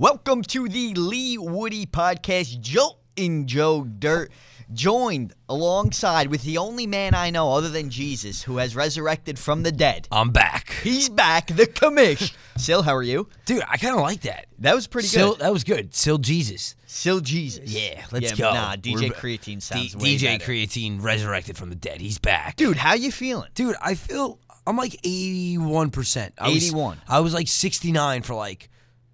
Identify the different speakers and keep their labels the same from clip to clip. Speaker 1: Welcome to the Lee Woody Podcast, Jolt and Joe Dirt. Joined alongside with the only man I know other than Jesus who has resurrected from the dead.
Speaker 2: I'm back.
Speaker 1: He's back, the commish. Sil, how are you?
Speaker 2: Dude, I kind of like that.
Speaker 1: That was pretty
Speaker 2: Still,
Speaker 1: good.
Speaker 2: that was good. Still Jesus.
Speaker 1: Sil Jesus.
Speaker 2: Yeah, let's go.
Speaker 1: Nah, DJ
Speaker 2: We're ba-
Speaker 1: Creatine
Speaker 2: D-
Speaker 1: sounds way
Speaker 2: DJ
Speaker 1: better.
Speaker 2: Creatine resurrected from the dead. He's back.
Speaker 1: Dude, how you feeling?
Speaker 2: Dude, I feel I'm like 81%. I was-
Speaker 1: 81.
Speaker 2: I was like 69 for like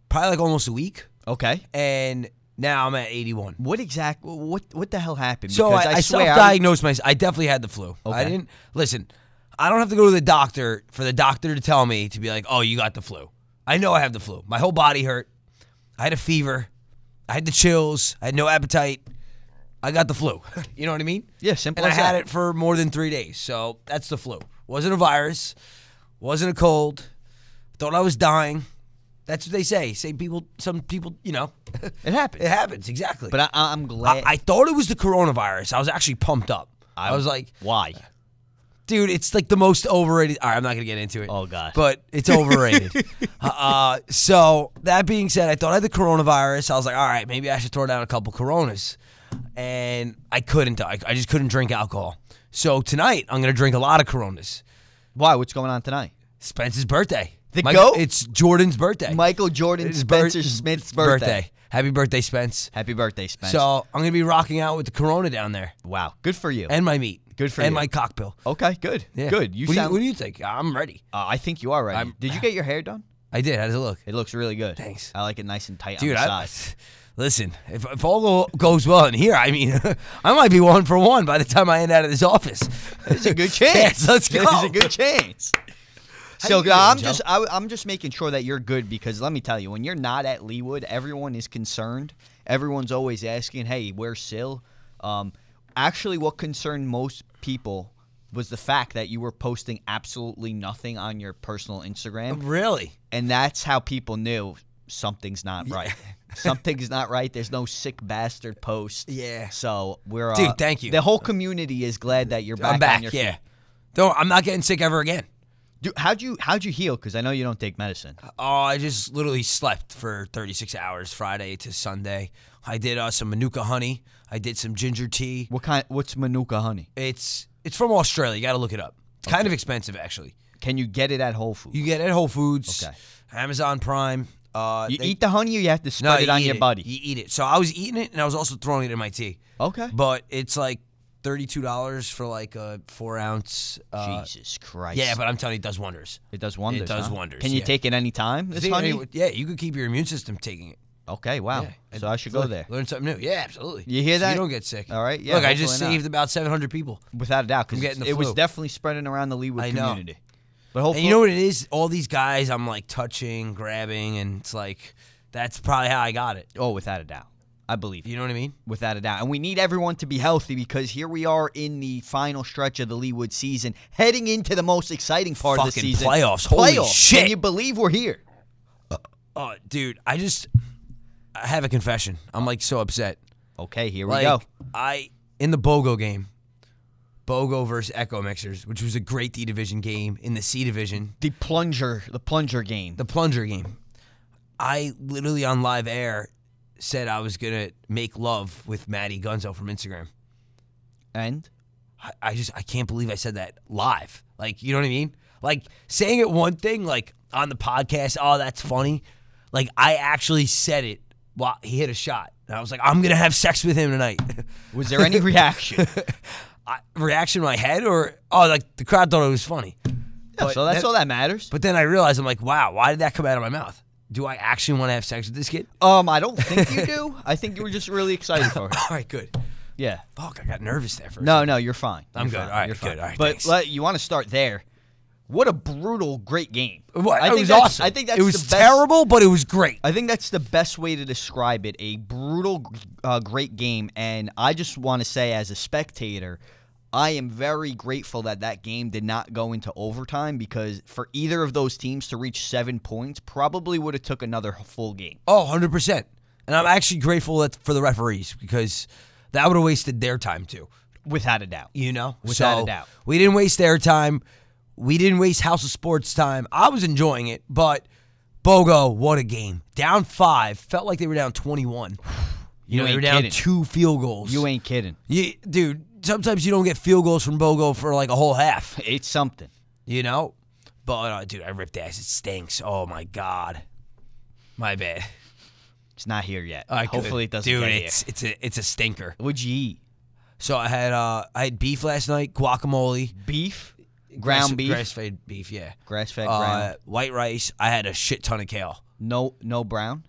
Speaker 2: probably like almost a week
Speaker 1: Okay.
Speaker 2: and now I'm at 81.
Speaker 1: What exact? What what the hell happened?
Speaker 2: So I, I,
Speaker 1: swear I-
Speaker 2: self-diagnosed myself. I definitely had the flu. I
Speaker 1: Okay.
Speaker 2: didn't listen. I don't have to go to the doctor for the doctor to tell me to be like, "Oh, you got the flu." I know I have the flu. My whole body hurt. I had a fever. I had the chills. I had no appetite. I got the flu. you know what I mean?
Speaker 1: Yeah, simple
Speaker 2: And I
Speaker 1: as
Speaker 2: had
Speaker 1: that.
Speaker 2: it for more than three days. So that's the flu. Wasn't a virus. Wasn't a cold. Thought I was dying. That's what they say. Say people. Some people. You know.
Speaker 1: it happened.
Speaker 2: it happens exactly.
Speaker 1: but I, I'm glad.
Speaker 2: I, I thought it was the coronavirus. I was actually pumped up. I, was like,
Speaker 1: why?
Speaker 2: dude, it's like the most overrated. All right, I'm not gonna get into it.
Speaker 1: Oh, God.
Speaker 2: but it's overrated. uh, so that being said, I thought I had the coronavirus. I was like, all right, maybe I should throw down a couple Coronas, and I couldn't. I, I just couldn't drink alcohol. So tonight, I'm gonna drink a lot of Coronas.
Speaker 1: Why? What's going on tonight?
Speaker 2: Spence's birthday.
Speaker 1: The goat?
Speaker 2: It's Jordan's birthday.
Speaker 1: Michael Jordan
Speaker 2: It's
Speaker 1: Spencer
Speaker 2: bir-
Speaker 1: Smith's birthday.
Speaker 2: Happy birthday, Spence.
Speaker 1: Happy birthday, Spence.
Speaker 2: So I'm gonna be rocking out with the Corona down there.
Speaker 1: wow, good for you.
Speaker 2: and my meat.
Speaker 1: Good for
Speaker 2: and
Speaker 1: you.
Speaker 2: my cockbill.
Speaker 1: okay, good,
Speaker 2: Yeah.
Speaker 1: good. You
Speaker 2: what,
Speaker 1: sound.
Speaker 2: do you, what do you think? I'm ready.
Speaker 1: uh, I think you are right.
Speaker 2: I'm-
Speaker 1: Did you get your hair done?
Speaker 2: I did. How does it look,
Speaker 1: It looks really good.
Speaker 2: Thanks.
Speaker 1: I like it nice and tight
Speaker 2: dude?
Speaker 1: on the
Speaker 2: I,
Speaker 1: side.
Speaker 2: listen, if, if all go- goes well in here, I mean, I might be one for one by the time I end out of this office.
Speaker 1: There's a good chance.
Speaker 2: Yes, let's
Speaker 1: There's a
Speaker 2: go.
Speaker 1: good chance.
Speaker 2: How
Speaker 1: So
Speaker 2: you doing,
Speaker 1: I'm
Speaker 2: Joe?
Speaker 1: just I, I'm just making sure that you're good because let me tell you, when you're not at Leewood, everyone is concerned. Everyone's always asking, "Hey, where's Sil?" Um, actually, what concerned most people was the fact that you were posting absolutely nothing on your personal Instagram,
Speaker 2: really?
Speaker 1: and that's how people knew something's not right. something's not right. There's no sick bastard post.
Speaker 2: Yeah.
Speaker 1: So we're
Speaker 2: Dude,
Speaker 1: uh,
Speaker 2: thank you.
Speaker 1: The whole community is glad that you're back.
Speaker 2: I'm
Speaker 1: On
Speaker 2: back.
Speaker 1: your
Speaker 2: Yeah. Don't. I'm not getting sick ever again.
Speaker 1: Dude, how'd you how'd you heal? Because I know you don't take medicine.
Speaker 2: Oh, I just literally slept for 36 hours, Friday to Sunday. I did uh, some manuka honey. I did some ginger tea.
Speaker 1: What kind? What's manuka honey?
Speaker 2: It's it's from Australia. You got to look it up. It's kind of expensive, actually.
Speaker 1: Can you get it at Whole Foods? You,
Speaker 2: You get it at Whole Foods,
Speaker 1: Okay.
Speaker 2: Amazon Prime. Uh, they-
Speaker 1: eat the honey, or you have to
Speaker 2: No,
Speaker 1: spread it
Speaker 2: you
Speaker 1: on
Speaker 2: eat
Speaker 1: your body.
Speaker 2: You eat it. So I was eating it, and I was also throwing it in my tea.
Speaker 1: Okay.
Speaker 2: But it's like thirty-two dollars for like a four ounce. Uh,
Speaker 1: Jesus Christ!
Speaker 2: yeah, but I'm telling you, it does wonders.
Speaker 1: it does wonders.
Speaker 2: does
Speaker 1: huh?
Speaker 2: wonders,
Speaker 1: Can you
Speaker 2: yeah.
Speaker 1: take it any time? This
Speaker 2: See, I
Speaker 1: honey.
Speaker 2: mean, yeah, you could keep your immune system taking it.
Speaker 1: okay. Wow.
Speaker 2: Yeah.
Speaker 1: So I should go
Speaker 2: Look,
Speaker 1: there
Speaker 2: Learn something new. Yeah, absolutely.
Speaker 1: You hear
Speaker 2: So
Speaker 1: that?
Speaker 2: you don't get sick.
Speaker 1: All right, yeah,
Speaker 2: Look, I just
Speaker 1: hopefully not.
Speaker 2: saved about seven hundred people.
Speaker 1: without a doubt because
Speaker 2: I'm getting
Speaker 1: it
Speaker 2: the
Speaker 1: was
Speaker 2: flu.
Speaker 1: definitely spreading around the Leewood
Speaker 2: I know.
Speaker 1: community. But hopefully,
Speaker 2: And you know what it is? All these guys, I'm like touching, grabbing, and it's like that's probably how I got it.
Speaker 1: oh, without a doubt, I believe you.
Speaker 2: You know what I mean?
Speaker 1: Without a doubt. And we need everyone to be healthy because here we are in the final stretch of the Leewood season, heading into the most exciting part of the
Speaker 2: Fucking
Speaker 1: season.
Speaker 2: playoffs. Holy shit.
Speaker 1: Can you believe we're here? Uh,
Speaker 2: Oh, dude, I just I have a confession. I'm like so upset.
Speaker 1: Okay, here
Speaker 2: Like
Speaker 1: we go.
Speaker 2: I in the Bogo game, Bogo versus Echo Mixers, which was a great D division game in the C division,
Speaker 1: The plunger, the plunger game.
Speaker 2: the plunger game. I literally on live air said I was gonna make love with Maddie Gunzo from Instagram.
Speaker 1: and
Speaker 2: I, I just I can't believe I said that live. Like you know what I mean? Like saying it one thing, like on the podcast, oh that's funny. Like I actually said it while he hit a shot. And I was like, I'm gonna have sex with him tonight.
Speaker 1: was there any reaction?
Speaker 2: I, reaction in my head or oh like the crowd thought it was funny. But
Speaker 1: so that's
Speaker 2: then,
Speaker 1: all that matters.
Speaker 2: But then I realized I'm like, wow, why did that come out of my mouth? Do I actually want to have sex with this kid?
Speaker 1: Um, I don't think you do. I think you were just really excited for it.
Speaker 2: All right, good.
Speaker 1: Yeah.
Speaker 2: Fuck, I got nervous there for a
Speaker 1: No, no, you're fine.
Speaker 2: I'm
Speaker 1: You're
Speaker 2: good.
Speaker 1: fine.
Speaker 2: All right,
Speaker 1: You're fine.
Speaker 2: good. All right,
Speaker 1: but
Speaker 2: thanks.
Speaker 1: let- you want to start there. What a brutal, great game.
Speaker 2: What?
Speaker 1: I
Speaker 2: it
Speaker 1: think
Speaker 2: was
Speaker 1: that's,
Speaker 2: awesome.
Speaker 1: I think that's
Speaker 2: it was
Speaker 1: the best,
Speaker 2: terrible, but it was great.
Speaker 1: I think that's the best way to describe it. A brutal, uh, great game. And I just want to say, as a spectator, I am very grateful that that game did not go into overtime because for either of those teams to reach seven points probably would have took another full game.
Speaker 2: Oh, 100%. And I'm actually grateful that, for the referees because that would have wasted their time too,
Speaker 1: Without a doubt.
Speaker 2: you know?
Speaker 1: Without a
Speaker 2: So,
Speaker 1: doubt.
Speaker 2: We didn't waste their time. We didn't waste House of Sports time. I was enjoying it, but Bogo, what a game. Down five. Felt like they were down 21.
Speaker 1: You
Speaker 2: You, know, they
Speaker 1: ain't
Speaker 2: were down
Speaker 1: kidding.
Speaker 2: two field goals.
Speaker 1: You ain't kidding.
Speaker 2: You, dude, sometimes you don't get field goals from Bogo for like a whole half,
Speaker 1: It's something.
Speaker 2: you know? But, uh, dude, I ripped ass. It stinks. Oh, my God. My bad.
Speaker 1: It's not here yet.
Speaker 2: I could've-
Speaker 1: Hopefully it doesn't
Speaker 2: Dude,
Speaker 1: get here.
Speaker 2: it's, it's, a, it's a stinker.
Speaker 1: What'd you eat?
Speaker 2: So I had uh, I had beef last night, guacamole,
Speaker 1: Beef, ground beef,
Speaker 2: grass fed beef, yeah,
Speaker 1: grass fed
Speaker 2: uh,
Speaker 1: ground.
Speaker 2: white rice. I had a shit ton of kale.
Speaker 1: No, no brown,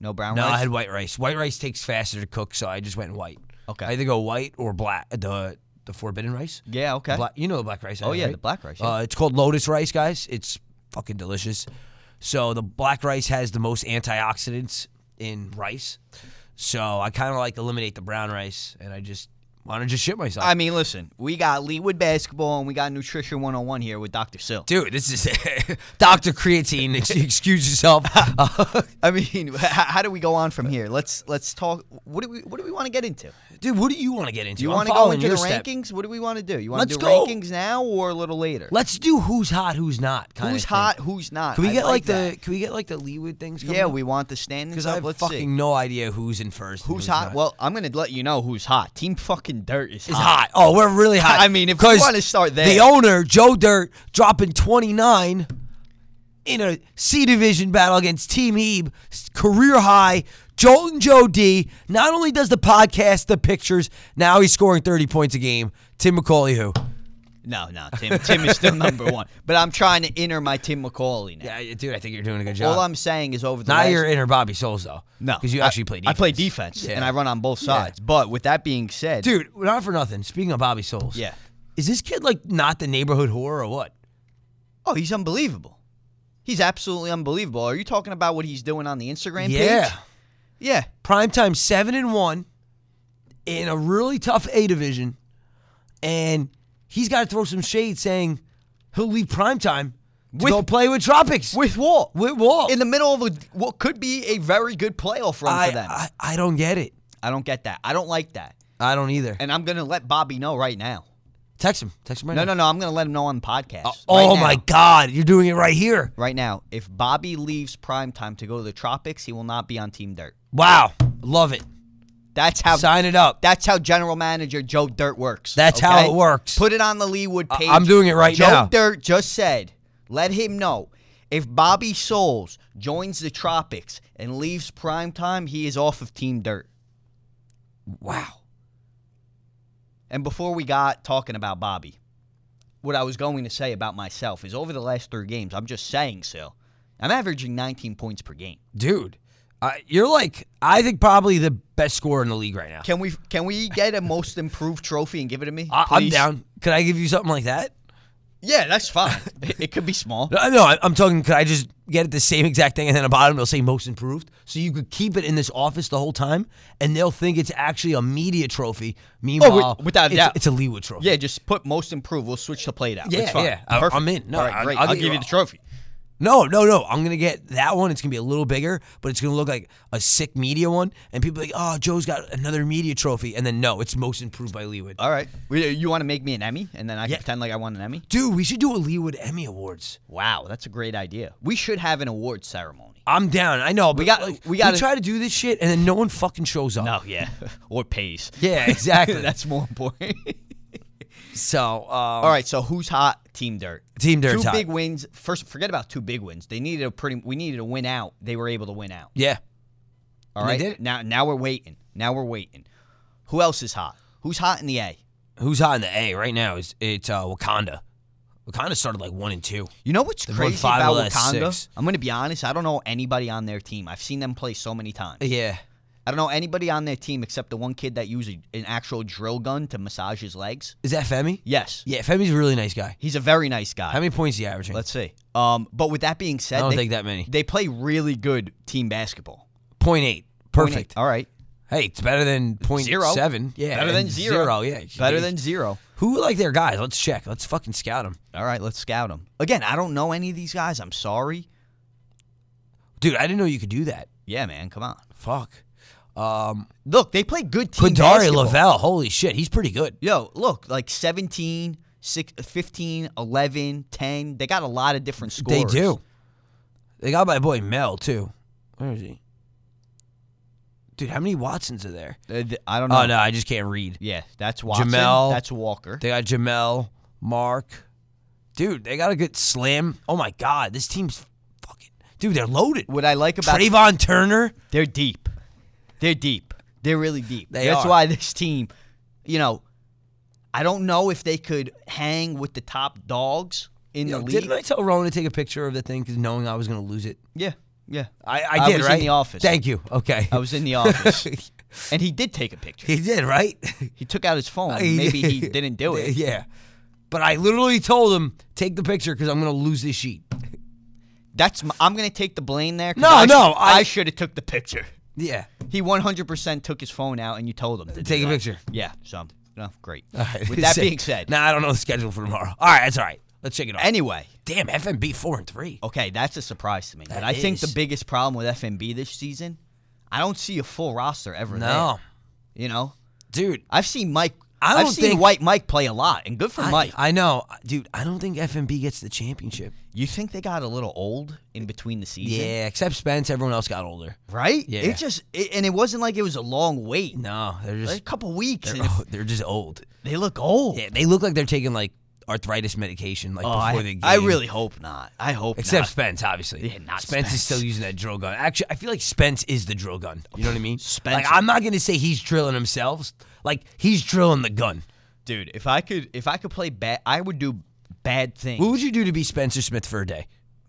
Speaker 1: no brown
Speaker 2: No,
Speaker 1: rice.
Speaker 2: I had white rice. White rice takes faster to cook, so I just went white.
Speaker 1: okay.
Speaker 2: I either go white or black. The the forbidden rice.
Speaker 1: yeah. Okay.
Speaker 2: Black, you know the black rice. I
Speaker 1: oh
Speaker 2: had,
Speaker 1: yeah,
Speaker 2: right?
Speaker 1: the black rice. yeah.
Speaker 2: Uh, it's called lotus rice, guys. It's fucking delicious. So the black rice has the most antioxidants in rice. So I kind of like eliminate the brown rice, and I just want to just shit myself.
Speaker 1: I mean, listen, we got Leewood basketball and we got nutrition 101 here with Dr. Sill.
Speaker 2: dude, this is Doctor Creatine. ex- Excuse yourself. Uh,
Speaker 1: I mean, h- how do we go on from here? Let's let's talk. What do we what do we want to get into?
Speaker 2: dude, what do you want to get into?
Speaker 1: Do you
Speaker 2: I'm
Speaker 1: want to go
Speaker 2: following
Speaker 1: into the
Speaker 2: your step.
Speaker 1: rankings? What do we want to do? You want
Speaker 2: Let's
Speaker 1: to do
Speaker 2: go.
Speaker 1: rankings now or a little later?
Speaker 2: Let's do who's hot, who's not. Kinda
Speaker 1: who's
Speaker 2: thing.
Speaker 1: hot? Who's not?
Speaker 2: Can we
Speaker 1: I
Speaker 2: get like,
Speaker 1: that.
Speaker 2: the? Can we get like the Leeward things?
Speaker 1: Yeah, we want the standings
Speaker 2: Because I
Speaker 1: up.
Speaker 2: have
Speaker 1: Let's
Speaker 2: fucking
Speaker 1: see.
Speaker 2: no idea who's in first. and
Speaker 1: Who's hot?
Speaker 2: not.
Speaker 1: Well, I'm gonna let you know who's hot. Team fucking Dirt is,
Speaker 2: is hot. Oh, we're really hot.
Speaker 1: I mean, if we
Speaker 2: 'Cause
Speaker 1: wanna start
Speaker 2: the
Speaker 1: there.
Speaker 2: owner Joe Dirt dropping twenty nine in a C division battle against Team Hebe, s- career high. Jolton Joe D. Not only does the podcast, the pictures. Now he's scoring thirty points a game. Tim McCauley, who?
Speaker 1: No, no, Tim. Tim is still number one. But I'm trying to enter my Tim McCauley now.
Speaker 2: Yeah, dude, I think you're doing a good
Speaker 1: All I'm saying is over the
Speaker 2: Now
Speaker 1: last
Speaker 2: you're inner Bobby Souls though.
Speaker 1: No,
Speaker 2: because you
Speaker 1: I-
Speaker 2: actually played.
Speaker 1: I play defense
Speaker 2: Yeah.
Speaker 1: and I run on both sides. But with that being said,
Speaker 2: Dude, not for nothing. Speaking of Bobby Souls,
Speaker 1: Yeah.
Speaker 2: is this kid like not the neighborhood whore or what?
Speaker 1: oh, he's unbelievable. He's absolutely unbelievable. Are you talking about what he's doing on the Instagram
Speaker 2: Yeah.
Speaker 1: page? Yeah.
Speaker 2: primetime seven and one in a really tough A division, and he's got to throw some shade saying he'll leave primetime to
Speaker 1: With-
Speaker 2: go play with Tropics
Speaker 1: With Wall.
Speaker 2: with Wall.
Speaker 1: in the middle of a, what could be a very good playoff run
Speaker 2: I,
Speaker 1: for them. I,
Speaker 2: I I don't get it.
Speaker 1: don't get that. I don't like that.
Speaker 2: I don't either.
Speaker 1: And I'm going to let Bobby know right now.
Speaker 2: Text him. Text him right
Speaker 1: No,
Speaker 2: now.
Speaker 1: no, no. I'm going to let him know on the podcast.
Speaker 2: oh
Speaker 1: right now.
Speaker 2: my God, you're doing it right here.
Speaker 1: Right now, if Bobby leaves primetime to go to the tropics, he will not be on Team Dirt.
Speaker 2: Wow, love it.
Speaker 1: That's how
Speaker 2: Sign it up.
Speaker 1: That's how general manager Joe Dirt works.
Speaker 2: That's how it works.
Speaker 1: Put it on the Leewood page.
Speaker 2: I'm doing it right
Speaker 1: Joe
Speaker 2: now.
Speaker 1: Dirt just said, let him know if Bobby Souls joins the Tropics and leaves primetime, he is off of Team Dirt.
Speaker 2: Wow.
Speaker 1: And before we got talking about Bobby, what I was going to say about myself is over the last three games, I'm just saying so. I'm averaging 19 points per game.
Speaker 2: Dude, I, you're like, I think probably the best scorer in the league right now.
Speaker 1: Can we can we get a most improved trophy and give it to me?
Speaker 2: I, I'm
Speaker 1: please?
Speaker 2: down. Could I give you something like that?
Speaker 1: Yeah, that's fine. it, it could be small.
Speaker 2: No, no, I- I'm talking. Could I just get it the same exact thing, and then at the bottom it'll say most improved, so you could keep it in this office the whole time, and they'll think it's actually a media trophy. Meanwhile,
Speaker 1: Oh, without a
Speaker 2: it's,
Speaker 1: doubt.
Speaker 2: it's a Leewood trophy.
Speaker 1: Yeah, just put most improved. We'll switch the plate out.
Speaker 2: Yeah,
Speaker 1: it's fine.
Speaker 2: yeah. I-
Speaker 1: Perfect.
Speaker 2: I'm in. No,
Speaker 1: All right,
Speaker 2: I-
Speaker 1: great.
Speaker 2: I'll
Speaker 1: I'll,
Speaker 2: get
Speaker 1: give
Speaker 2: you-
Speaker 1: you the trophy.
Speaker 2: No, no, no. I'm gonna get that one. It's gonna be a little bigger, but it's gonna look like a sick media one, and people are like, oh, Joe's got another media trophy, and then no, it's most improved by Leewood.
Speaker 1: All right. We- You want to make me an Emmy, and then I can
Speaker 2: Yeah.
Speaker 1: pretend like I won an Emmy?
Speaker 2: Dude, we should do a Leewood Emmy Awards.
Speaker 1: Wow, that's a great idea. We should have an award ceremony.
Speaker 2: I'm down. I know. But we
Speaker 1: got- we gotta-
Speaker 2: try to do this shit, and then no one fucking shows up.
Speaker 1: Oh yeah, or pays.
Speaker 2: Yeah, exactly.
Speaker 1: that's more important.
Speaker 2: so, um,
Speaker 1: All right. So who's hot? Team Dirt.
Speaker 2: Team Dirt's
Speaker 1: Two
Speaker 2: hot.
Speaker 1: big wins. First, forget about two big wins. They needed a pretty. We needed a win out. They were able to win out.
Speaker 2: yeah.
Speaker 1: All
Speaker 2: And they
Speaker 1: right.
Speaker 2: did it.
Speaker 1: Now, now we're waiting. Now we're waiting. Who else is hot? Who's hot in the A?
Speaker 2: who's hot in the A right now is it's uh, Wakanda. Wakanda started like one and two.
Speaker 1: You know what's
Speaker 2: won
Speaker 1: crazy
Speaker 2: five of
Speaker 1: about
Speaker 2: the last
Speaker 1: Wakanda?
Speaker 2: six.
Speaker 1: I'm going to be honest. I don't know anybody on their team. I've seen them play so many times.
Speaker 2: Yeah,
Speaker 1: I don't know anybody on their team except the one kid that used a, an actual drill gun to massage his legs.
Speaker 2: is that Femi?
Speaker 1: Yes,
Speaker 2: Yeah, Femi's a really nice guy.
Speaker 1: he's a very nice
Speaker 2: How
Speaker 1: guy.
Speaker 2: many points is he averaging?
Speaker 1: Let's see. Um, but with that being said,
Speaker 2: I don't
Speaker 1: they,
Speaker 2: think that many.
Speaker 1: they play really good team basketball.
Speaker 2: Point eight,
Speaker 1: Point eight.
Speaker 2: perfect.
Speaker 1: All right.
Speaker 2: Hey, it's better than point
Speaker 1: Zero.
Speaker 2: seven. Yeah,
Speaker 1: Better than
Speaker 2: and
Speaker 1: zero.
Speaker 2: Yeah,
Speaker 1: Better than zero.
Speaker 2: who are, like their guys? Let's check. Let's fucking scout them,
Speaker 1: All right, let's scout him. Again, I don't know any of these guys. I'm sorry.
Speaker 2: dude. I didn't know you could do that.
Speaker 1: Yeah, man, come on.
Speaker 2: Fuck. Um,
Speaker 1: Look, they play good team
Speaker 2: Kadari
Speaker 1: basketball.
Speaker 2: Lavelle. Holy shit, he's pretty good.
Speaker 1: Yo, look, like 17, six- 15, 11, 10. They got a lot of different scores.
Speaker 2: They do. They got my boy Mel too. Where is he? Dude, how many Watsons are there?
Speaker 1: Uh, th- I don't know.
Speaker 2: Oh no, I just can't read.
Speaker 1: Yeah, that's Watson.
Speaker 2: Jamel.
Speaker 1: That's Walker.
Speaker 2: They got Jamel, Mark. Dude, they got a good slim. Oh my god, this team's fucking dude, they're loaded.
Speaker 1: What I like about
Speaker 2: Trayvon Turner.
Speaker 1: They're deep. They're deep. They're really deep.
Speaker 2: They
Speaker 1: That's
Speaker 2: are.
Speaker 1: why this team, you know, I don't know if they could hang with the top dogs in
Speaker 2: Yo,
Speaker 1: the league.
Speaker 2: didn't I tell Rowan to take a picture of the thing because knowing I was gonna lose it?
Speaker 1: Yeah, yeah.
Speaker 2: I, I
Speaker 1: I
Speaker 2: did,
Speaker 1: was in
Speaker 2: right?
Speaker 1: the office.
Speaker 2: Thank you. Okay.
Speaker 1: I was in the office, and he did take a picture.
Speaker 2: he did, right?
Speaker 1: He took out his phone. Maybe he didn't do it.
Speaker 2: Yeah. But I literally told him, take the picture because I'm gonna lose this sheet.
Speaker 1: That's my, I'm gonna take the blame there. 'cause
Speaker 2: No,
Speaker 1: I
Speaker 2: no,
Speaker 1: I,
Speaker 2: I-
Speaker 1: should have took the picture.
Speaker 2: Yeah.
Speaker 1: He 100% took his phone out, and you told him to do
Speaker 2: Take a
Speaker 1: that.
Speaker 2: picture.
Speaker 1: Yeah. So, no, great.
Speaker 2: All right.
Speaker 1: With that being said,
Speaker 2: nah, I don't know the schedule for tomorrow. All right, that's all right. Let's check it out.
Speaker 1: anyway.
Speaker 2: Damn, FMB four and three.
Speaker 1: Okay, that's a surprise to me.
Speaker 2: That
Speaker 1: I think the
Speaker 2: is.
Speaker 1: biggest problem with FMB this season, I don't see a full roster ever
Speaker 2: no,
Speaker 1: there. You know,
Speaker 2: dude,
Speaker 1: I've seen Mike.
Speaker 2: I
Speaker 1: have
Speaker 2: don't
Speaker 1: seen
Speaker 2: think-
Speaker 1: White Mike play a lot, and good for
Speaker 2: I,
Speaker 1: Mike.
Speaker 2: I know, dude. I don't think FMB gets the championship.
Speaker 1: you think they got a little old in between the season,
Speaker 2: Yeah, except Spence. Everyone else got older.
Speaker 1: right?
Speaker 2: Yeah.
Speaker 1: It just it, and it wasn't like it was a long wait,
Speaker 2: No, they're
Speaker 1: like a
Speaker 2: just
Speaker 1: couple weeks,
Speaker 2: they're,
Speaker 1: and
Speaker 2: old- they're just old.
Speaker 1: they look old.
Speaker 2: Yeah, they look like they're taking like arthritis medication like
Speaker 1: Oh,
Speaker 2: before
Speaker 1: I,
Speaker 2: the game.
Speaker 1: I really hope not. I hope
Speaker 2: Except
Speaker 1: not.
Speaker 2: Spence, obviously.
Speaker 1: Yeah, not
Speaker 2: Spence,
Speaker 1: Spence.
Speaker 2: is still using that drill gun. Actually, I feel like Spence is the drill gun. You know what I mean?
Speaker 1: Spence-
Speaker 2: Like, I'm not gonna say he's drilling himself. Like he's drilling the gun.
Speaker 1: dude. If I could, if I could play bad, I would do bad things.
Speaker 2: What would you do to be Spencer Smith for a day?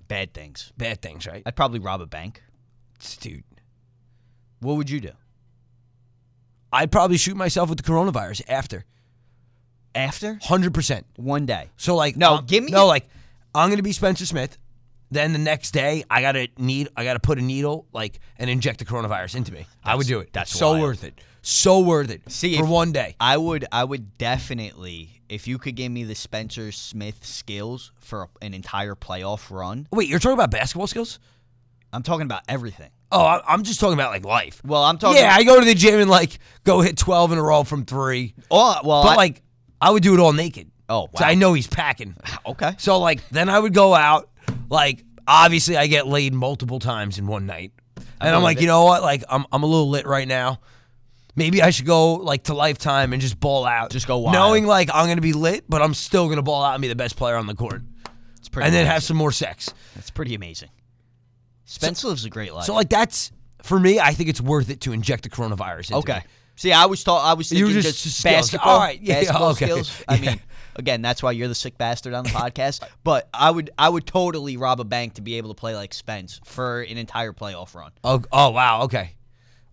Speaker 1: Bad things.
Speaker 2: Bad things, right?
Speaker 1: I'd probably rob a bank.
Speaker 2: Dude,
Speaker 1: What would you do
Speaker 2: I'd probably shoot myself with the coronavirus after
Speaker 1: after
Speaker 2: 100%.
Speaker 1: one day?
Speaker 2: So like
Speaker 1: No,
Speaker 2: um,
Speaker 1: give me-
Speaker 2: No, like I'm going to be Spencer Smith. Then the next day, I got to need I got to put a needle like and inject the coronavirus into me. I would do it.
Speaker 1: that's
Speaker 2: so
Speaker 1: wild.
Speaker 2: worth it. So worth it.
Speaker 1: See,
Speaker 2: for
Speaker 1: if-
Speaker 2: one day.
Speaker 1: I would I would definitely if you could give me the Spencer Smith skills for a- an entire playoff run.
Speaker 2: Wait, you're talking about basketball skills?
Speaker 1: I'm talking about everything.
Speaker 2: Oh, I- I'm just talking about like life.
Speaker 1: Well, I'm talking.
Speaker 2: yeah, I go to the gym and like go hit 12 in a row from 3.
Speaker 1: oh, well,
Speaker 2: But
Speaker 1: I-
Speaker 2: like I would do it all naked.
Speaker 1: Oh,
Speaker 2: So
Speaker 1: wow.
Speaker 2: I know he's packing.
Speaker 1: okay.
Speaker 2: So like then I would go out, like obviously I get laid multiple times in one night. And I'm
Speaker 1: believe
Speaker 2: like,
Speaker 1: it.
Speaker 2: you know what? Like I'm I'm a little lit right now. Maybe I should go like to lifetime and just ball out.
Speaker 1: Just go wild.
Speaker 2: Knowing like I'm gonna be lit, but I'm still gonna ball out and be the best player on the court.
Speaker 1: It's pretty.
Speaker 2: And then
Speaker 1: amazing.
Speaker 2: have some more sex.
Speaker 1: that's pretty amazing. Spencer lives a great life.
Speaker 2: So like that's for me, I think it's worth it to inject the coronavirus into
Speaker 1: okay.
Speaker 2: me.
Speaker 1: See, I was taught. I was
Speaker 2: You were
Speaker 1: thinking just,
Speaker 2: just- just skills.
Speaker 1: basketball.
Speaker 2: All right, yeah, yeah,
Speaker 1: basketball
Speaker 2: okay.
Speaker 1: skills. I
Speaker 2: Yeah.
Speaker 1: mean, again, that's why you're the sick bastard on the podcast. But I would, I would totally rob a bank to be able to play like Spence for an entire playoff run.
Speaker 2: Oh, oh wow, okay.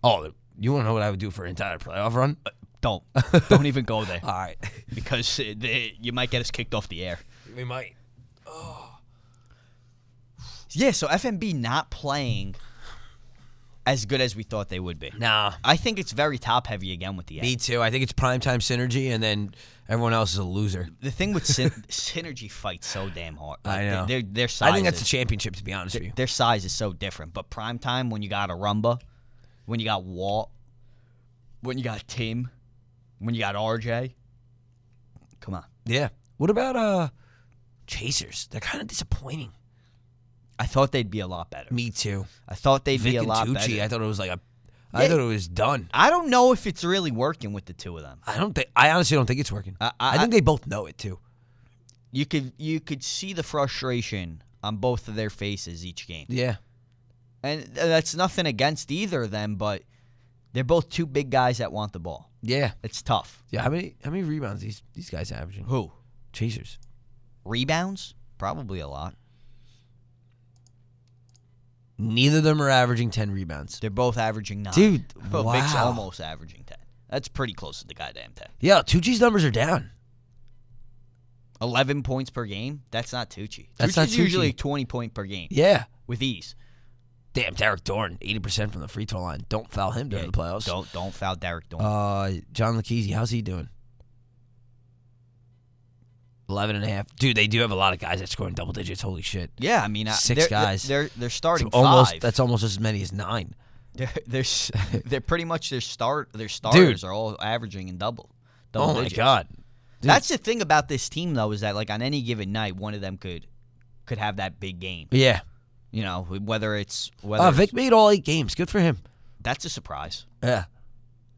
Speaker 2: Oh, you wanna know what I would do for an entire playoff run?
Speaker 1: Don't, don't even go there.
Speaker 2: All right.
Speaker 1: because uh, the, you might get us kicked off the air.
Speaker 2: we might.
Speaker 1: Yeah, so FMB not playing as good as we thought they would be.
Speaker 2: Nah.
Speaker 1: I think it's very top heavy again with the app.
Speaker 2: Me too. I think it's primetime synergy, and then everyone else is a loser.
Speaker 1: The thing with syn- synergy fights so damn hard.
Speaker 2: I know.
Speaker 1: Their their size.
Speaker 2: I think that's the
Speaker 1: is,
Speaker 2: championship, to be honest with you.
Speaker 1: their size is so different. But prime time when you got Arumba, when you got Walt, when you got Tim, when you got RJ. Come on.
Speaker 2: Yeah. What about uh, Chasers? They're kind of disappointing.
Speaker 1: I thought they'd be a lot better.
Speaker 2: Me too.
Speaker 1: I thought they'd
Speaker 2: Vic
Speaker 1: be a
Speaker 2: and
Speaker 1: lot
Speaker 2: Tucci.
Speaker 1: better.
Speaker 2: I thought it was like a.
Speaker 1: Yeah.
Speaker 2: I thought it was done.
Speaker 1: I don't know if it's really working with the two of them.
Speaker 2: I don't think. I honestly don't think it's working.
Speaker 1: I- I-
Speaker 2: think they both know it too.
Speaker 1: you could you could see the frustration on both of their faces each game.
Speaker 2: Yeah.
Speaker 1: And th- that's nothing against either of them, but they're both two big guys that want the ball.
Speaker 2: Yeah.
Speaker 1: It's tough.
Speaker 2: Yeah. How many? How many rebounds these these guys averaging?
Speaker 1: Who?
Speaker 2: Chasers.
Speaker 1: Rebounds? Probably a lot.
Speaker 2: Neither of them are averaging ten rebounds.
Speaker 1: They're both averaging nine.
Speaker 2: Dude,
Speaker 1: But Vic's
Speaker 2: wow.
Speaker 1: almost averaging ten. That's pretty close to the goddamn ten.
Speaker 2: Yeah. Tucci's numbers are down.
Speaker 1: Eleven points per game? That's not Tucci.
Speaker 2: That's
Speaker 1: Tucci's
Speaker 2: not
Speaker 1: usually
Speaker 2: Tucci.
Speaker 1: twenty point per game.
Speaker 2: Yeah.
Speaker 1: With ease.
Speaker 2: Damn, Derek Dorn, eighty percent from the free throw line. Don't foul him during
Speaker 1: Yeah,
Speaker 2: the playoffs.
Speaker 1: Don't don't foul Derek Dorn.
Speaker 2: Uh, John Lucchese, how's he doing? 11 and a half. Dude, they do have a lot of guys that score in double digits. Holy shit.
Speaker 1: yeah, I mean I,
Speaker 2: six
Speaker 1: they're-
Speaker 2: guys.
Speaker 1: They're they're, they're
Speaker 2: It's
Speaker 1: starting
Speaker 2: almost
Speaker 1: five.
Speaker 2: that's almost as many as nine.
Speaker 1: They're, they're, s- they're pretty much their start their starters are all averaging in double. double
Speaker 2: oh my
Speaker 1: digits.
Speaker 2: god. dude.
Speaker 1: That's the thing about this team though is that like on any given night one of them could could have that big game.
Speaker 2: Yeah.
Speaker 1: You know, whether it's whether
Speaker 2: Uh,
Speaker 1: it's-
Speaker 2: Vic made all eight games. Good for him.
Speaker 1: that's a surprise.
Speaker 2: Yeah,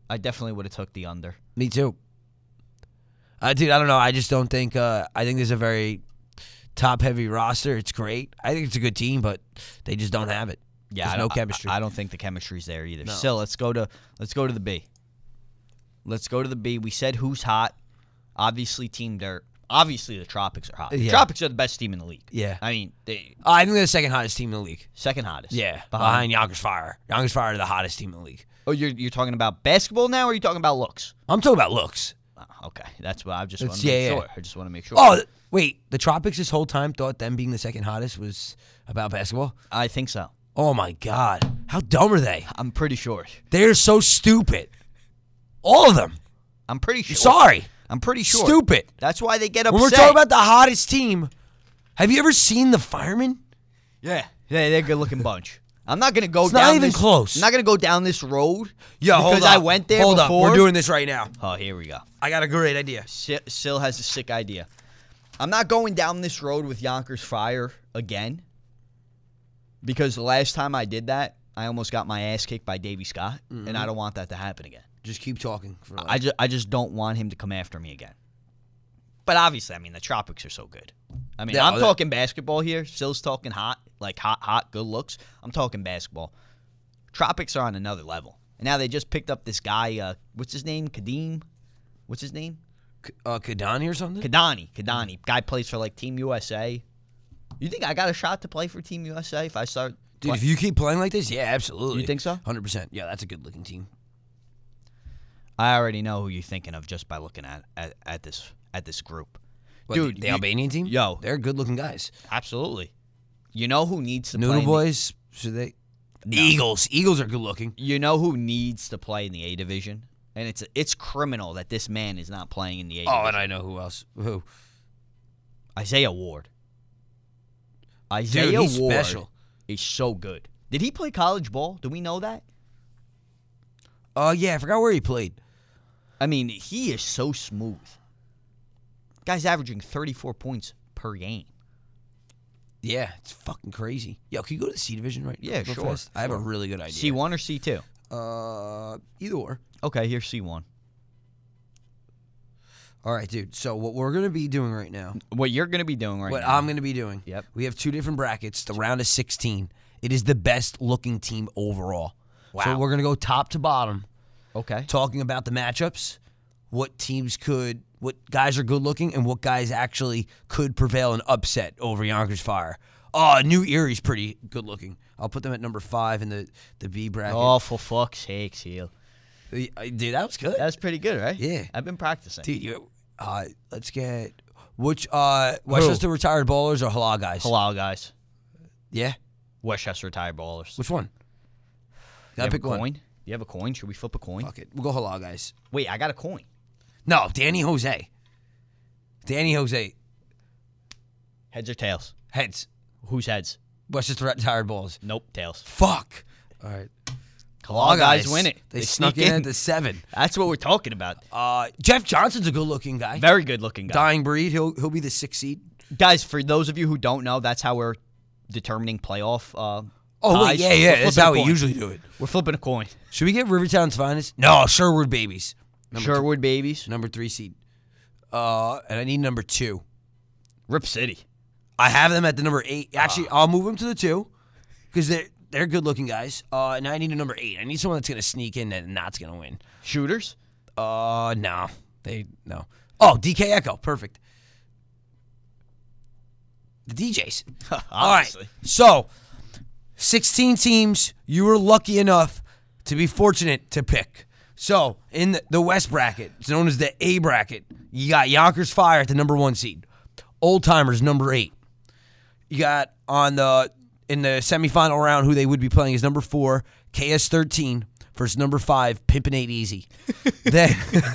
Speaker 1: I definitely would have took the under.
Speaker 2: me too. Uh, dude, I don't know. I just don't think. Uh, I think there's a very top-heavy roster. It's great. I think it's a good team, but they just don't have it.
Speaker 1: Yeah,
Speaker 2: There's
Speaker 1: I
Speaker 2: no
Speaker 1: don't- I-
Speaker 2: chemistry.
Speaker 1: I, don't think the chemistry's there either. So let's go to let's go to the B. Let's go to the B. We said who's hot. Obviously, team dirt. Obviously, the Tropics are hot. The
Speaker 2: Yeah.
Speaker 1: Tropics are the best team in the league.
Speaker 2: Yeah.
Speaker 1: I mean, they
Speaker 2: Uh, I think they're the second hottest team in the league.
Speaker 1: second hottest.
Speaker 2: Yeah,
Speaker 1: behind.
Speaker 2: behind Yonkers Fire. Yonkers Fire are the hottest team in the league.
Speaker 1: Oh, you're you're talking about basketball now, or are you talking about looks?
Speaker 2: I'm talking about looks.
Speaker 1: Uh, Okay, that's what I just want
Speaker 2: It's-
Speaker 1: to make
Speaker 2: yeah, yeah.
Speaker 1: sure. I just want to make sure.
Speaker 2: Oh, th- wait. The Tropics this whole time thought them being the second hottest was about basketball.
Speaker 1: I think so.
Speaker 2: Oh my god, how dumb are they?
Speaker 1: I'm pretty sure.
Speaker 2: They're so stupid. All of them.
Speaker 1: I'm pretty sure.
Speaker 2: Sorry.
Speaker 1: I'm pretty sure.
Speaker 2: Stupid.
Speaker 1: That's why they get
Speaker 2: When
Speaker 1: upset.
Speaker 2: we're talking about the hottest team, have you ever seen the firemen?
Speaker 1: yeah, yeah, they're a good looking bunch. I'm not gonna go
Speaker 2: It's not
Speaker 1: down.
Speaker 2: even
Speaker 1: this-
Speaker 2: close.
Speaker 1: I'm not gonna go down this road.
Speaker 2: Yeah,
Speaker 1: because
Speaker 2: hold up.
Speaker 1: I went there
Speaker 2: Hold
Speaker 1: before.
Speaker 2: up. We're doing this right now.
Speaker 1: Oh, here we go.
Speaker 2: I got a great idea.
Speaker 1: Si- Sil has a sick idea. I'm not going down this road with Yonkers Fire again. Because the last time I did that, I almost got my ass kicked by Davy Scott,
Speaker 2: Mm-hmm.
Speaker 1: and I don't want that to happen again.
Speaker 2: Just keep talking. For like-
Speaker 1: I just I just don't want him to come after me again. But obviously, I mean the tropics are so good. I mean,
Speaker 2: Yeah,
Speaker 1: I'm
Speaker 2: that-
Speaker 1: talking basketball here. Still's talking hot, like hot, hot, good looks. I'm talking basketball. Tropics are on another level. And now they just picked up this guy. Uh, what's his name? Kadeem. What's his name?
Speaker 2: uh, Kadani or something?
Speaker 1: Kadani. Kadani. Guy plays for like Team USA. You think I got a shot to play for Team USA if I start?
Speaker 2: Dude, if you keep playing like this, yeah, absolutely.
Speaker 1: You think so?
Speaker 2: 100%. Yeah, that's a good looking team.
Speaker 1: I already know who you're thinking of just by looking at at, at this at this group.
Speaker 2: What,
Speaker 1: Dude,
Speaker 2: the, the
Speaker 1: you-
Speaker 2: Albanian team?
Speaker 1: yo.
Speaker 2: They're good looking guys.
Speaker 1: Absolutely. You know who needs to play
Speaker 2: Noodle
Speaker 1: in the-
Speaker 2: Boys, should they? Eagles. Eagles are good looking.
Speaker 1: you know who needs to play in the A division, and it's it's criminal that this man is not playing in the A.
Speaker 2: Oh,
Speaker 1: division.
Speaker 2: and I know who else. Who?
Speaker 1: Isaiah Ward. Isaiah
Speaker 2: Dude, he's
Speaker 1: Ward
Speaker 2: special.
Speaker 1: is so good. Did he play college ball? Do we know that?
Speaker 2: Oh, yeah, I forgot where he played.
Speaker 1: I mean, he is so smooth. Guy's averaging 34 points per game.
Speaker 2: Yeah, it's fucking crazy. Yo, can you go to the C division right?
Speaker 1: Yeah,
Speaker 2: real
Speaker 1: sure,
Speaker 2: fast? I have a really good idea.
Speaker 1: C1 or C2?
Speaker 2: Uh, either or.
Speaker 1: Okay, here's C1.
Speaker 2: All right, dude. So what we're gonna be doing right now?
Speaker 1: What you're going to be doing right
Speaker 2: what
Speaker 1: now.
Speaker 2: I'm gonna be doing?
Speaker 1: Yep.
Speaker 2: We have two different brackets. The round of 16. It is the best looking team overall. So
Speaker 1: Wow.
Speaker 2: we're gonna go top to bottom,
Speaker 1: okay.
Speaker 2: talking about the matchups, what teams could, what guys are good looking, and what guys actually could prevail and upset over Yonkers Fire. Oh, New Erie's pretty good looking. I'll put them at number five in the the B bracket. Uh,
Speaker 1: Oh, for fuck's sake, Seal.
Speaker 2: Y- uh, Dude, that was good.
Speaker 1: That's pretty good, right?
Speaker 2: Yeah.
Speaker 1: I've been practicing.
Speaker 2: Dude, you, uh, let's get which uh, Westchester retired bowlers or Halal guys?
Speaker 1: Hello, guys.
Speaker 2: Yeah,
Speaker 1: Westchester Tire Ballers.
Speaker 2: which one?
Speaker 1: You
Speaker 2: Gotta
Speaker 1: have
Speaker 2: pick
Speaker 1: a coin?
Speaker 2: one.
Speaker 1: You have a coin? Should we flip a coin?
Speaker 2: Fuck it, we'll go Halal guys.
Speaker 1: Wait, I got a coin.
Speaker 2: No, Danny Jose. Danny Jose
Speaker 1: Heads or tails?
Speaker 2: heads.
Speaker 1: Who's heads?
Speaker 2: Westchester retired bowlers.
Speaker 1: Nope, tails.
Speaker 2: Fuck. All right,
Speaker 1: Claw guys win it.
Speaker 2: They,
Speaker 1: They
Speaker 2: snuck
Speaker 1: sneak
Speaker 2: in
Speaker 1: in.
Speaker 2: at the seven.
Speaker 1: That's what we're talking about.
Speaker 2: Uh, Jeff Johnson's a good-looking guy.
Speaker 1: Very good looking guy.
Speaker 2: Dying breed. He'll he'll be the sixth seed.
Speaker 1: Guys, for those of you who don't know, that's how we're determining playoff. Uh,
Speaker 2: Oh wait,
Speaker 1: ties.
Speaker 2: yeah,
Speaker 1: We're
Speaker 2: yeah. That's
Speaker 1: flipping a
Speaker 2: how we
Speaker 1: coin.
Speaker 2: usually do it.
Speaker 1: We're flipping a coin.
Speaker 2: Should we get Rivertown's finest? No, Sherwood babies.
Speaker 1: Sherwood babies.
Speaker 2: Number three seed. Uh, and I need number two.
Speaker 1: Rip City.
Speaker 2: I have them at the number eight. Actually, I'll move them to the two because they're they're good looking guys. Uh, and I need a number eight. I need someone that's gonna sneak in and not's gonna win.
Speaker 1: Shooters.
Speaker 2: Uh, no, they no. Oh, DK Echo, perfect. The DJs. All right.
Speaker 1: Obviously.
Speaker 2: So, 16 teams you were lucky enough to be fortunate to pick. So, in the- the West bracket, it's known as the A bracket, you got Yonkers Fire at the number one seed, Old Timers, number eight. You got on the in the semifinal round who they would be playing is number four, KS13 versus number five, Pimpin' Eight Easy. then,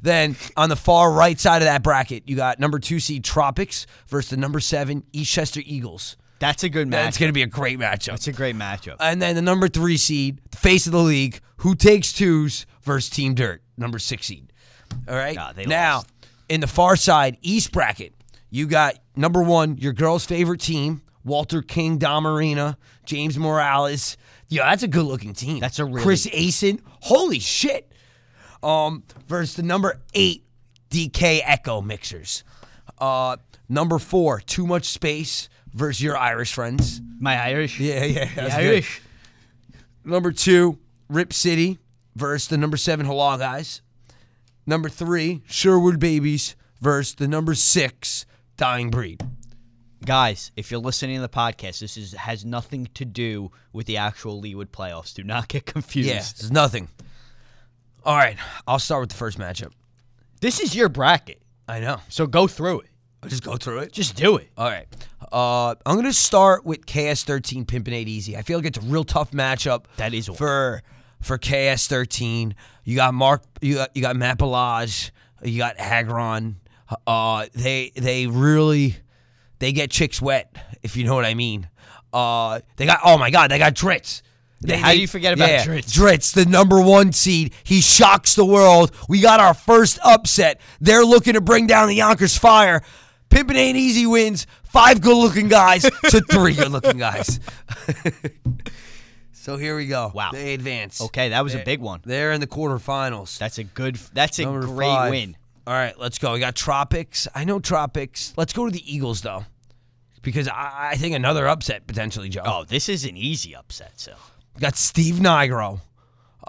Speaker 2: then on the far right side of that bracket, you got number two seed Tropics versus the number seven Eastchester Eagles.
Speaker 1: That's a good
Speaker 2: That's Uh,
Speaker 1: match.
Speaker 2: going to be a great matchup.
Speaker 1: It's a great matchup.
Speaker 2: And then the number three seed, the face of the league, who takes twos versus Team Dirt, number six seed. All right.
Speaker 1: Nah, they
Speaker 2: now,
Speaker 1: lost.
Speaker 2: in the far side, East bracket, you got number one, your girl's favorite team, Walter King, Dom Arena, James Morales. Yo, that's a good looking team.
Speaker 1: That's a really-
Speaker 2: Chris Asen. Holy shit. Um, versus the number eight DK Echo Mixers. Uh, number four, Too Much Space versus your Irish friends.
Speaker 1: My Irish.
Speaker 2: Yeah, yeah, that's good.
Speaker 1: Irish.
Speaker 2: Number two, Rip City versus the number seven Halal guys. Number three, Sherwood Babies versus the number six Dying Breed.
Speaker 1: Guys, if you're listening to the podcast, this is has nothing to do with the actual Leewood playoffs. Do not get confused.
Speaker 2: Yeah, it's nothing. All right, I'll start with the first matchup.
Speaker 1: This is your bracket,
Speaker 2: I know.
Speaker 1: so go through it.
Speaker 2: I'll just go through it.
Speaker 1: Just do it.
Speaker 2: All right. Uh, I'm going to start with KS13 Pimpinate Easy. I feel like it's a real tough matchup.
Speaker 1: That is one.
Speaker 2: for for KS13. You got Mark. You got you got Matt Balazs, You got Hagron. Uh, they they really they get chicks wet if you know what I mean. Uh, they got oh my god, they got Dritz. They,
Speaker 1: how do you forget about Dritz?
Speaker 2: Dritz, the number one seed. He shocks the world. We got our first upset. They're looking to bring down the Yonkers fire. Pimpin' ain't easy wins. Five good looking guys to three good looking guys. so here we go.
Speaker 1: Wow.
Speaker 2: They advance.
Speaker 1: Okay, that was a big one.
Speaker 2: They're in the quarterfinals.
Speaker 1: That's a good. That's a
Speaker 2: Number
Speaker 1: great
Speaker 2: five.
Speaker 1: win.
Speaker 2: All right, let's go. We got Tropics. I know Tropics. Let's go to the Eagles, though, because I, I think another upset potentially, Joe.
Speaker 1: Oh, this is an easy upset. So
Speaker 2: We got Steve Nigro.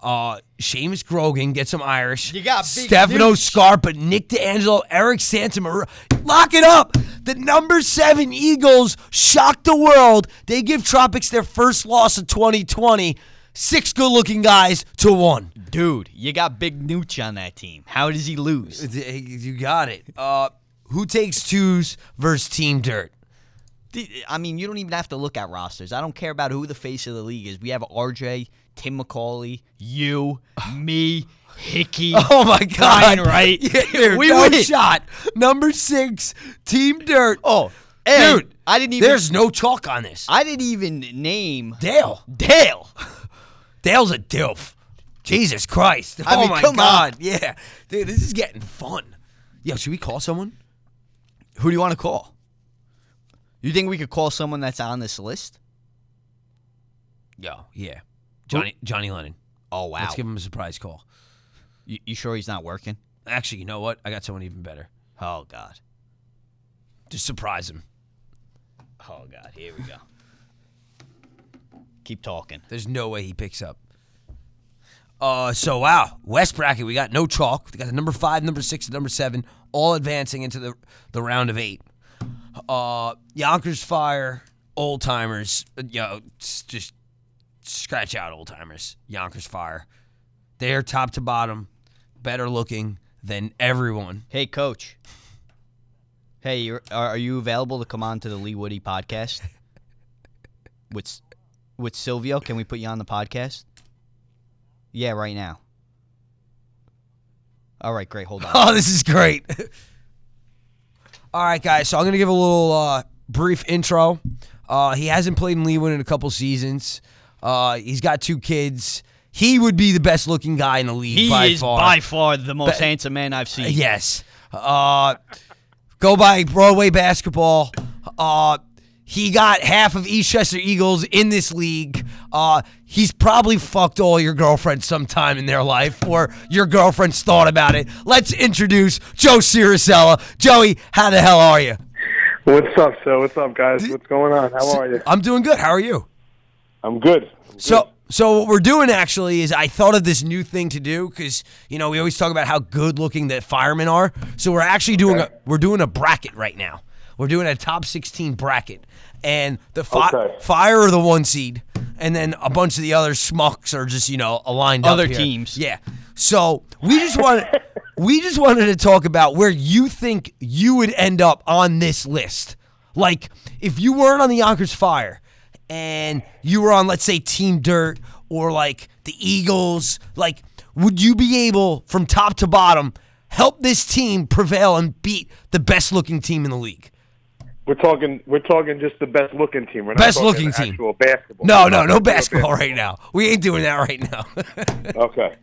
Speaker 2: Uh, Seamus Grogan, get some Irish.
Speaker 1: You got big
Speaker 2: Stefano
Speaker 1: news.
Speaker 2: Scarpa, Nick D'Angelo, Eric Santamaria. Lock it up. The number seven Eagles shock the world. They give Tropics their first loss of 2020. Six good looking guys to one.
Speaker 1: Dude, you got Big Nooch on that team. How does he lose?
Speaker 2: You got it. Uh, who takes twos versus Team Dirt?
Speaker 1: D- I mean, you don't even have to look at rosters. I don't care about who the face of the league is. We have RJ, Tim McCauley, you, me, Hickey.
Speaker 2: Oh my God!
Speaker 1: Brian Wright.
Speaker 2: Yeah, dude,
Speaker 1: We
Speaker 2: no
Speaker 1: win.
Speaker 2: shot. Number six, Team Dirt.
Speaker 1: Oh, and
Speaker 2: Dude,
Speaker 1: I didn't even.
Speaker 2: There's no chalk on this.
Speaker 1: I didn't even name
Speaker 2: Dale.
Speaker 1: Dale.
Speaker 2: Dale's a dilf. Jesus Christ.
Speaker 1: I
Speaker 2: oh
Speaker 1: mean,
Speaker 2: my
Speaker 1: come
Speaker 2: God. Yeah. Dude, this is getting fun. Yo, should we call someone?
Speaker 1: Who do you want to call? You think we could call someone that's on this list?
Speaker 2: Yo, yeah. Johnny Johnny Lennon.
Speaker 1: Oh wow!
Speaker 2: Let's give him a surprise call.
Speaker 1: you, you sure he's not working?
Speaker 2: Actually, you know what? I got someone even better.
Speaker 1: Oh god!
Speaker 2: Just surprise him.
Speaker 1: Oh god! Here we go. Keep talking.
Speaker 2: There's no way he picks up. Uh, so wow, West bracket we got no chalk. We got the number five, number six, and number seven all advancing into the the round of eight. Uh, Yonkers Fire, old timers. uh, Yo, s- just scratch out old timers. Yonkers Fire, they're top to bottom, better looking than everyone.
Speaker 1: Hey, coach. Hey, you're, are, are you available to come on to the Lee Woody podcast? with S- with Silvio, can we put you on the podcast? Yeah, right now. All right, great. Hold on.
Speaker 2: Oh, this is great. All right, guys. So I'm going to give a little uh, brief intro. Uh, he hasn't played in Leewood in a couple seasons. Uh, he's got two kids. He would be the best looking guy in the league
Speaker 1: he
Speaker 2: by
Speaker 1: is
Speaker 2: far.
Speaker 1: by far the most handsome man I've seen.
Speaker 2: Yes. Uh, go by Broadway basketball. Uh, he got half of Eastchester Eagles in this league. Uh, he's probably fucked all your girlfriends sometime in their life, or your girlfriends thought about it. Let's introduce Joe Ciricella. Joey, how the hell are you?
Speaker 3: What's up, so What's up, guys? What's going on? How are you?
Speaker 2: I'm doing good. How are you?
Speaker 3: I'm good.
Speaker 2: So, so what we're doing actually is I thought of this new thing to do because you know we always talk about how good looking the firemen are. So we're actually doing a we're doing a bracket right now. We're doing a top sixteen bracket, and the fi-
Speaker 3: Okay.
Speaker 2: fire are the one seed, and then a bunch of the other schmucks are just you know aligned up
Speaker 1: Other
Speaker 2: here.
Speaker 1: teams.
Speaker 2: Yeah. So we just wanted we just wanted to talk about where you think you would end up on this list. Like if you weren't on the Yonkers Fire and you were on let's say Team Dirt or like the Eagles, like would you be able from top to bottom help this team prevail and beat the best looking team in the league?
Speaker 3: We're talking. We're talking just the best looking team. We're not
Speaker 2: Best
Speaker 3: talking
Speaker 2: looking team.
Speaker 3: Actual basketball.
Speaker 2: No,
Speaker 3: We're
Speaker 2: no, no
Speaker 3: talking
Speaker 2: basketball right now. We ain't doing that right now.
Speaker 3: Okay.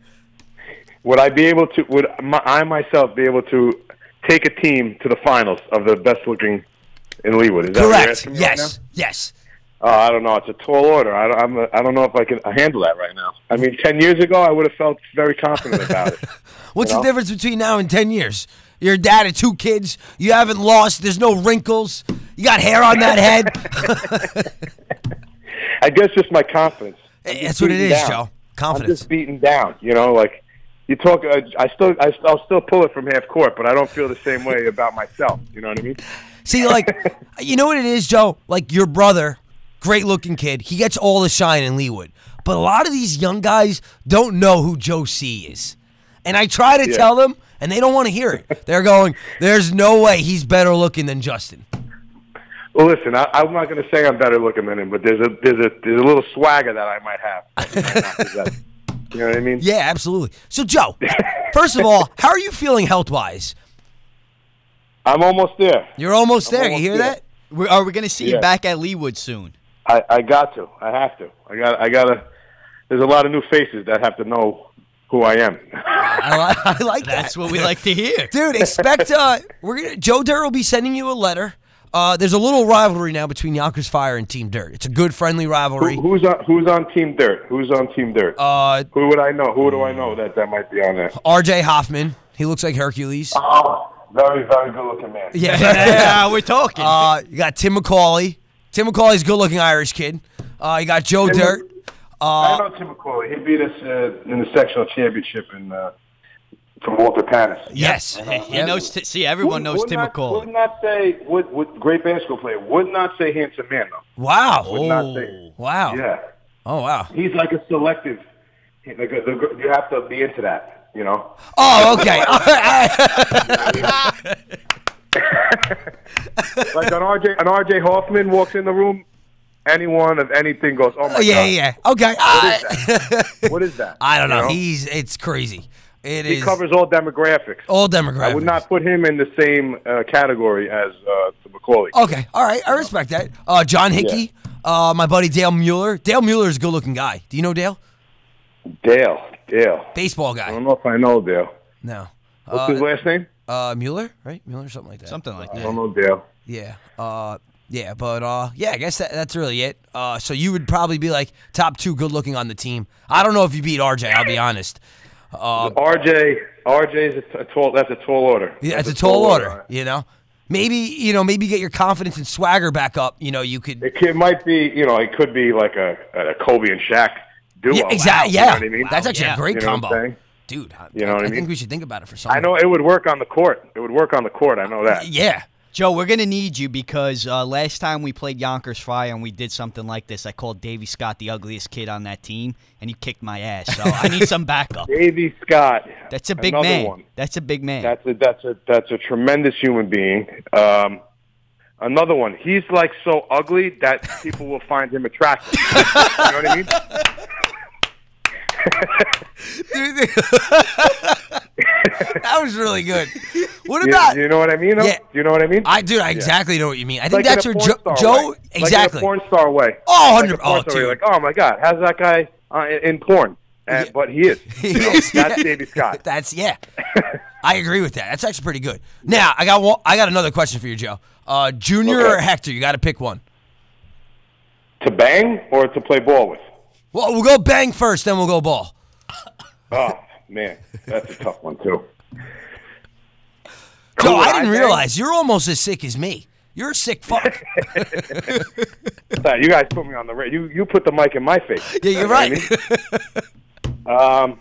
Speaker 3: Would I be able to? Would my, I myself be able to take a team to the finals of the best looking in Leewood. Is that what you're
Speaker 2: Correct.
Speaker 3: asking me right
Speaker 2: Yes. yes.
Speaker 3: now? Uh, I don't know. It's a tall order. I don't, I'm, I don't know if I can handle that right now. I mean, ten years ago, I would have felt very confident about it.
Speaker 2: What's
Speaker 3: You
Speaker 2: the
Speaker 3: know?
Speaker 2: difference between now and 10 years? You're a dad of two kids. You haven't lost. There's no wrinkles. You got hair on that head.
Speaker 3: I guess just my confidence. I'm just
Speaker 2: That's what it
Speaker 3: beaten
Speaker 2: is,
Speaker 3: down.
Speaker 2: Joe.
Speaker 3: I'm
Speaker 2: Confidence.
Speaker 3: just beaten down. You know, like you talk. Uh, I still, I, I'll still pull it from half court, but I don't feel the same way about myself. You know what I mean?
Speaker 2: See, like, you know what it is, Joe? Like, your brother, great looking kid, he gets all the shine in Leewood. But a lot of these young guys don't know who Joe C is. And I try to
Speaker 3: Yeah.
Speaker 2: tell them, and they don't want to hear it. They're going, there's no way he's better looking than Justin.
Speaker 3: Well, listen, I, I'm not going to say I'm better looking than him, but there's a there's a there's a little swagger that I might have. that I might not possess. you know what I mean?
Speaker 2: Yeah, absolutely. So, Joe, first of all, how are you feeling health wise?
Speaker 3: I'm almost there.
Speaker 2: You're almost
Speaker 3: I'm
Speaker 2: there.
Speaker 3: almost
Speaker 2: you hear
Speaker 3: there.
Speaker 2: that?
Speaker 1: We- Are we going to see you
Speaker 3: Yeah.
Speaker 1: back at Leewood soon?
Speaker 3: I, I got to. I have to. I got. I gotta. There's a lot of new faces that have to know who I am.
Speaker 2: I, li- I like that.
Speaker 1: That's what we like to hear.
Speaker 2: dude. Expect uh, we're gonna, Joe Dirt will be sending you a letter. Uh, there's a little rivalry now between Yonkers Fire and Team Dirt. It's a good friendly rivalry.
Speaker 3: Who, who's on Who's on Team Dirt? Who's on Team Dirt?
Speaker 2: Uh,
Speaker 3: who would I know? Who do I know that that might be on there?
Speaker 2: R.J. Hoffman, he looks like Hercules.
Speaker 3: Oh, very very good looking man.
Speaker 2: Yeah.
Speaker 1: yeah, we're talking.
Speaker 2: uh, you got Tim McCauley. Tim McCauley's a good-looking Irish kid. Uh, you got Joe
Speaker 3: Tim-
Speaker 2: Dirt.
Speaker 3: I know Tim McCauley. He beat us uh, in the sectional championship in uh, from Walter Panis.
Speaker 2: Yes.
Speaker 1: he knows. T- see, everyone knows Tim
Speaker 3: not, Would
Speaker 1: McCall.
Speaker 3: not say would, would great basketball player. Would not say handsome man though.
Speaker 2: Wow. Oh.
Speaker 3: Would not say.
Speaker 2: Wow.
Speaker 3: Yeah,
Speaker 2: Oh wow.
Speaker 3: he's like a selective. Like a, the, you have to be into that. You know.
Speaker 2: Oh okay. Oh,
Speaker 3: like an RJ, an RJ Hoffman walks in the room, anyone of anything goes, oh my
Speaker 2: yeah
Speaker 3: god,
Speaker 2: yeah. Okay. I,
Speaker 3: what is that?
Speaker 2: I don't
Speaker 3: You
Speaker 2: know. He's it's crazy. It is Oh,
Speaker 3: he covers all demographics.
Speaker 2: all demographics.
Speaker 3: I would not put him in the same uh, category as uh, the Macaulay.
Speaker 2: Okay, all right, I respect that. Uh, John Hickey, uh, my buddy Dale Mueller. Dale Mueller is a good-looking guy. Do you know Dale?
Speaker 3: Dale, Dale.
Speaker 2: Baseball
Speaker 3: I
Speaker 2: guy.
Speaker 3: don't know if I know Dale.
Speaker 2: No.
Speaker 3: Um, What's his
Speaker 2: Uh,
Speaker 3: last name?
Speaker 2: uh, Mueller, right? Mueller, something like that.
Speaker 1: Something like
Speaker 3: I
Speaker 1: that.
Speaker 3: don't know Dale.
Speaker 2: Yeah. Uh, yeah, but uh, yeah, I guess that, that's really it. Uh, so you would probably be like top two good-looking on the team. I don't know if you beat RJ. I'll be honest. Uh,
Speaker 3: RJ, RJ is a, t- a tall. That's a tall order.
Speaker 2: yeah, it's a tall order. You know, maybe you know, maybe get your confidence and swagger back up. You know, you could
Speaker 3: It, could, might be, you know, it could be like a, a Kobe and Shaq duo.
Speaker 2: Yeah, exactly.
Speaker 3: You know
Speaker 2: Yeah,
Speaker 3: what I mean?
Speaker 2: that's actually
Speaker 1: yeah.
Speaker 2: a great
Speaker 3: You know what I'm
Speaker 2: combo,
Speaker 3: saying?
Speaker 2: dude. I,
Speaker 3: You know
Speaker 2: I-
Speaker 3: what I
Speaker 2: I
Speaker 3: mean?
Speaker 2: think we should think about it for some.
Speaker 3: I know it would work on the court. It would work on the court. I know that.
Speaker 2: Yeah,
Speaker 1: Joe, we're gonna need you because uh, last time we played Yonkers Fire and we did something like this, I called Davy Scott the ugliest kid on that team, and he kicked my ass. So I need some backup.
Speaker 3: Davy Scott.
Speaker 1: That's a big
Speaker 3: Another
Speaker 1: man.
Speaker 3: One.
Speaker 1: That's a big man.
Speaker 3: That's a that's a that's a tremendous human being. Um, another one. He's like so ugly that people will find him attractive. you know what I mean?
Speaker 2: that was really good. What
Speaker 3: You,
Speaker 2: about?
Speaker 3: you know what I mean? though?
Speaker 2: Yeah.
Speaker 3: You know what I mean?
Speaker 2: I dude, I exactly know what you mean. I think
Speaker 3: like
Speaker 2: that's
Speaker 3: in
Speaker 2: your
Speaker 3: a
Speaker 2: jo-
Speaker 3: porn star
Speaker 2: Joe.
Speaker 3: way. Like in
Speaker 2: exactly.
Speaker 3: a porn star way.
Speaker 2: Oh,
Speaker 3: Like a
Speaker 2: 100
Speaker 3: porn
Speaker 2: oh,
Speaker 3: star way.
Speaker 2: dude.
Speaker 3: Like, oh my God, how's that guy uh, in, in porn? And,
Speaker 2: Yeah.
Speaker 3: But he is. You know,
Speaker 2: Yes,
Speaker 3: that's
Speaker 2: yeah.
Speaker 3: Davy Scott.
Speaker 2: That's yeah. I agree with that. That's actually pretty good. Now I got one, I got another question for you, Joe. Uh, junior
Speaker 3: Okay.
Speaker 2: or Hector? You got to pick one.
Speaker 3: to bang or to play ball with?
Speaker 2: Well, we'll go bang first, then we'll go ball.
Speaker 3: Oh man, that's a tough one
Speaker 2: Joe,
Speaker 3: too. Cool,
Speaker 2: I
Speaker 3: I
Speaker 2: didn't
Speaker 3: think-
Speaker 2: realize you're almost as sick as me. You're a sick fuck.
Speaker 3: Sorry, you guys put me on the radio. You you put the mic in my face.
Speaker 2: yeah, you're
Speaker 3: You know what I
Speaker 2: right.
Speaker 3: Um,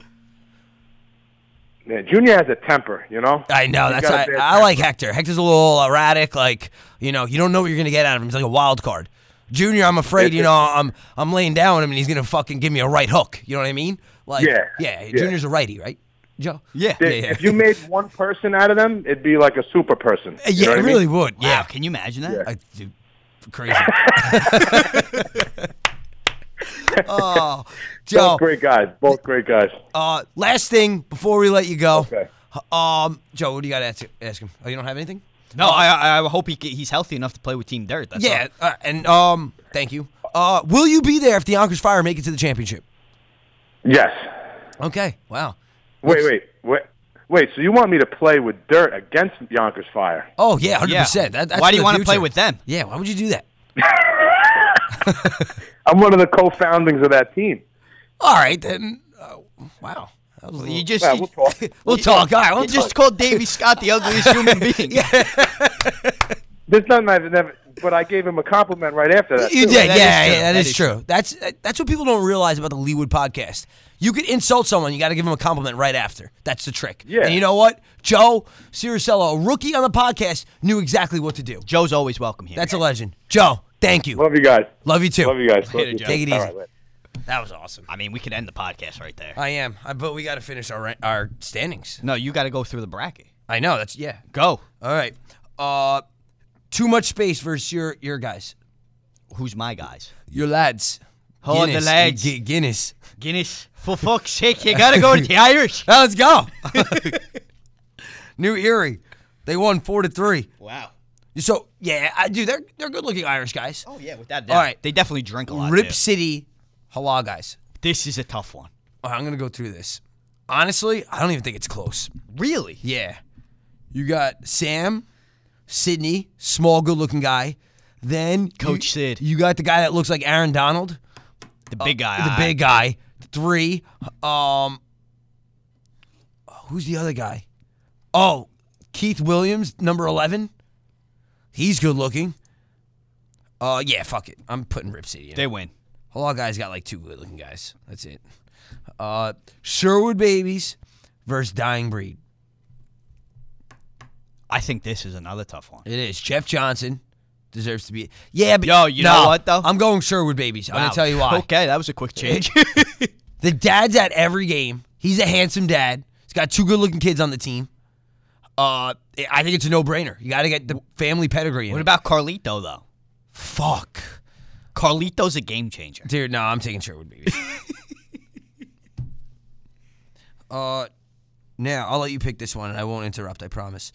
Speaker 3: yeah, Junior has a temper, you know.
Speaker 2: I know.
Speaker 3: He's
Speaker 2: That's
Speaker 3: got a
Speaker 2: I,
Speaker 3: bad
Speaker 2: I
Speaker 3: temper.
Speaker 2: like Hector. Hector's a little erratic. Like you know, you don't know what you're gonna get out of him. He's like a wild card. Junior, I'm afraid. You know, I'm I'm laying down with him, and he's gonna fucking give me a right hook. You know what I mean? Like
Speaker 3: Yeah,
Speaker 2: yeah.
Speaker 3: yeah.
Speaker 2: Junior's a righty, right? Joe.
Speaker 1: yeah.
Speaker 2: Yeah,
Speaker 1: Wow.
Speaker 3: If- If you made one person out of them, it'd be like a super person.
Speaker 2: Uh, Yeah,
Speaker 3: You know
Speaker 2: it
Speaker 3: what I mean?
Speaker 2: really would. Yeah.
Speaker 1: Can you imagine that?
Speaker 2: I, dude, crazy. oh, Joe.
Speaker 3: Both great guys. Both great guys.
Speaker 2: Uh, last thing before we let you go.
Speaker 3: Okay.
Speaker 2: Um, Joe, what do you got to ask, ask him? Oh, you don't have anything?
Speaker 1: No, I, I I hope he ca- he's healthy enough to play with Team Dirt. That's
Speaker 2: Yeah, uh, and um, thank you. Uh, will you be there if the Yonkers Fire make it to the championship?
Speaker 3: Yes.
Speaker 2: Okay. Wow.
Speaker 3: Wait, wait, wait. Wait, so you want me to play with dirt against Yonkers Fire?
Speaker 2: Oh yeah, hundred
Speaker 1: Yeah.
Speaker 2: percent. That,
Speaker 1: Why do you
Speaker 2: want
Speaker 1: wanna play with them?
Speaker 2: Yeah, why would you do that?
Speaker 3: I'm one of the co-foundings of that team.
Speaker 2: All right then. Uh, wow. That was a
Speaker 1: You
Speaker 2: little-
Speaker 1: just
Speaker 3: Yeah,
Speaker 1: you-
Speaker 3: we'll talk.
Speaker 2: we'll talk. All right, we'll
Speaker 1: you just called Davy Scott the ugliest human being.
Speaker 3: There's nothing I've never, but I gave him a compliment right after that.
Speaker 2: You
Speaker 3: too.
Speaker 2: did,
Speaker 1: That is true.
Speaker 2: yeah, yeah, that
Speaker 1: That
Speaker 2: is,
Speaker 1: is
Speaker 2: true. That's uh, that's what people don't realize about the Leewood podcast. You could insult someone, you got to give them a compliment right after. That's the trick.
Speaker 3: Yeah.
Speaker 2: And you know what? Joe Ciricello, a rookie on the podcast, knew exactly what to do.
Speaker 1: Joe's always welcome here.
Speaker 2: That's a legend. Joe, thank you.
Speaker 3: Love you guys.
Speaker 2: Love you too.
Speaker 3: Love you guys. Love
Speaker 1: Later,
Speaker 3: you.
Speaker 1: Joe.
Speaker 2: Take it
Speaker 3: All
Speaker 2: easy.
Speaker 3: right, later.
Speaker 2: That was awesome.
Speaker 1: I mean, we could end the podcast right there.
Speaker 2: I am, I, but we got to finish our ra- our standings.
Speaker 1: No, you got to go through the bracket.
Speaker 2: I know. That's yeah.
Speaker 1: Go.
Speaker 2: All right. Uh, too much space versus your your guys,
Speaker 1: Who's my guys?
Speaker 2: your lads.
Speaker 1: Oh, the
Speaker 2: Guinness.
Speaker 1: lads.
Speaker 2: Gu- Guinness.
Speaker 1: Guinness. For fuck's sake, you got to go to the Irish.
Speaker 2: Now let's go. New Erie, they won four to three.
Speaker 1: Wow.
Speaker 2: So yeah, I do. They're they're good looking Irish guys.
Speaker 1: Oh yeah, without a doubt.
Speaker 2: All right.
Speaker 1: they definitely drink a lot.
Speaker 2: Rip
Speaker 1: too.
Speaker 2: City, Hala guys.
Speaker 1: This is a tough one.
Speaker 2: All right, I'm gonna go through this. Honestly, I don't even think it's close.
Speaker 1: Really?
Speaker 2: Yeah, you got Sam, Sydney, small, good looking guy. Then
Speaker 1: Coach
Speaker 2: you-
Speaker 1: Sid.
Speaker 2: You got the guy that looks like Aaron Donald,
Speaker 1: The big guy.
Speaker 2: Uh, the big guy. Three. Um, who's the other guy? Oh, Keith Williams, number eleven. He's good looking. Uh, yeah, fuck it. I'm putting Rip City in.
Speaker 1: They win.
Speaker 2: A lot of guys got like two good looking guys. That's it. Uh, Sherwood Babies versus Dying Breed.
Speaker 1: I think this is another tough one.
Speaker 2: It is. Jeff Johnson deserves to be. Yeah, but.
Speaker 1: Yo, you
Speaker 2: Nah,
Speaker 1: know what, though?
Speaker 2: I'm going Sherwood Babies. I'm going
Speaker 1: Wow.
Speaker 2: to tell you why.
Speaker 1: Okay, that was a quick change.
Speaker 2: The dad's at every game. He's a handsome dad. He's got two good looking kids on the team. Uh, I think it's a no brainer. You got to get the family pedigree. In
Speaker 1: what
Speaker 2: it.
Speaker 1: about Carlito though?
Speaker 2: Fuck.
Speaker 1: Carlito's a game changer.
Speaker 2: Dude, no, I'm taking Sherwood Babies. uh, now I'll let you pick this one, and I won't interrupt. I promise.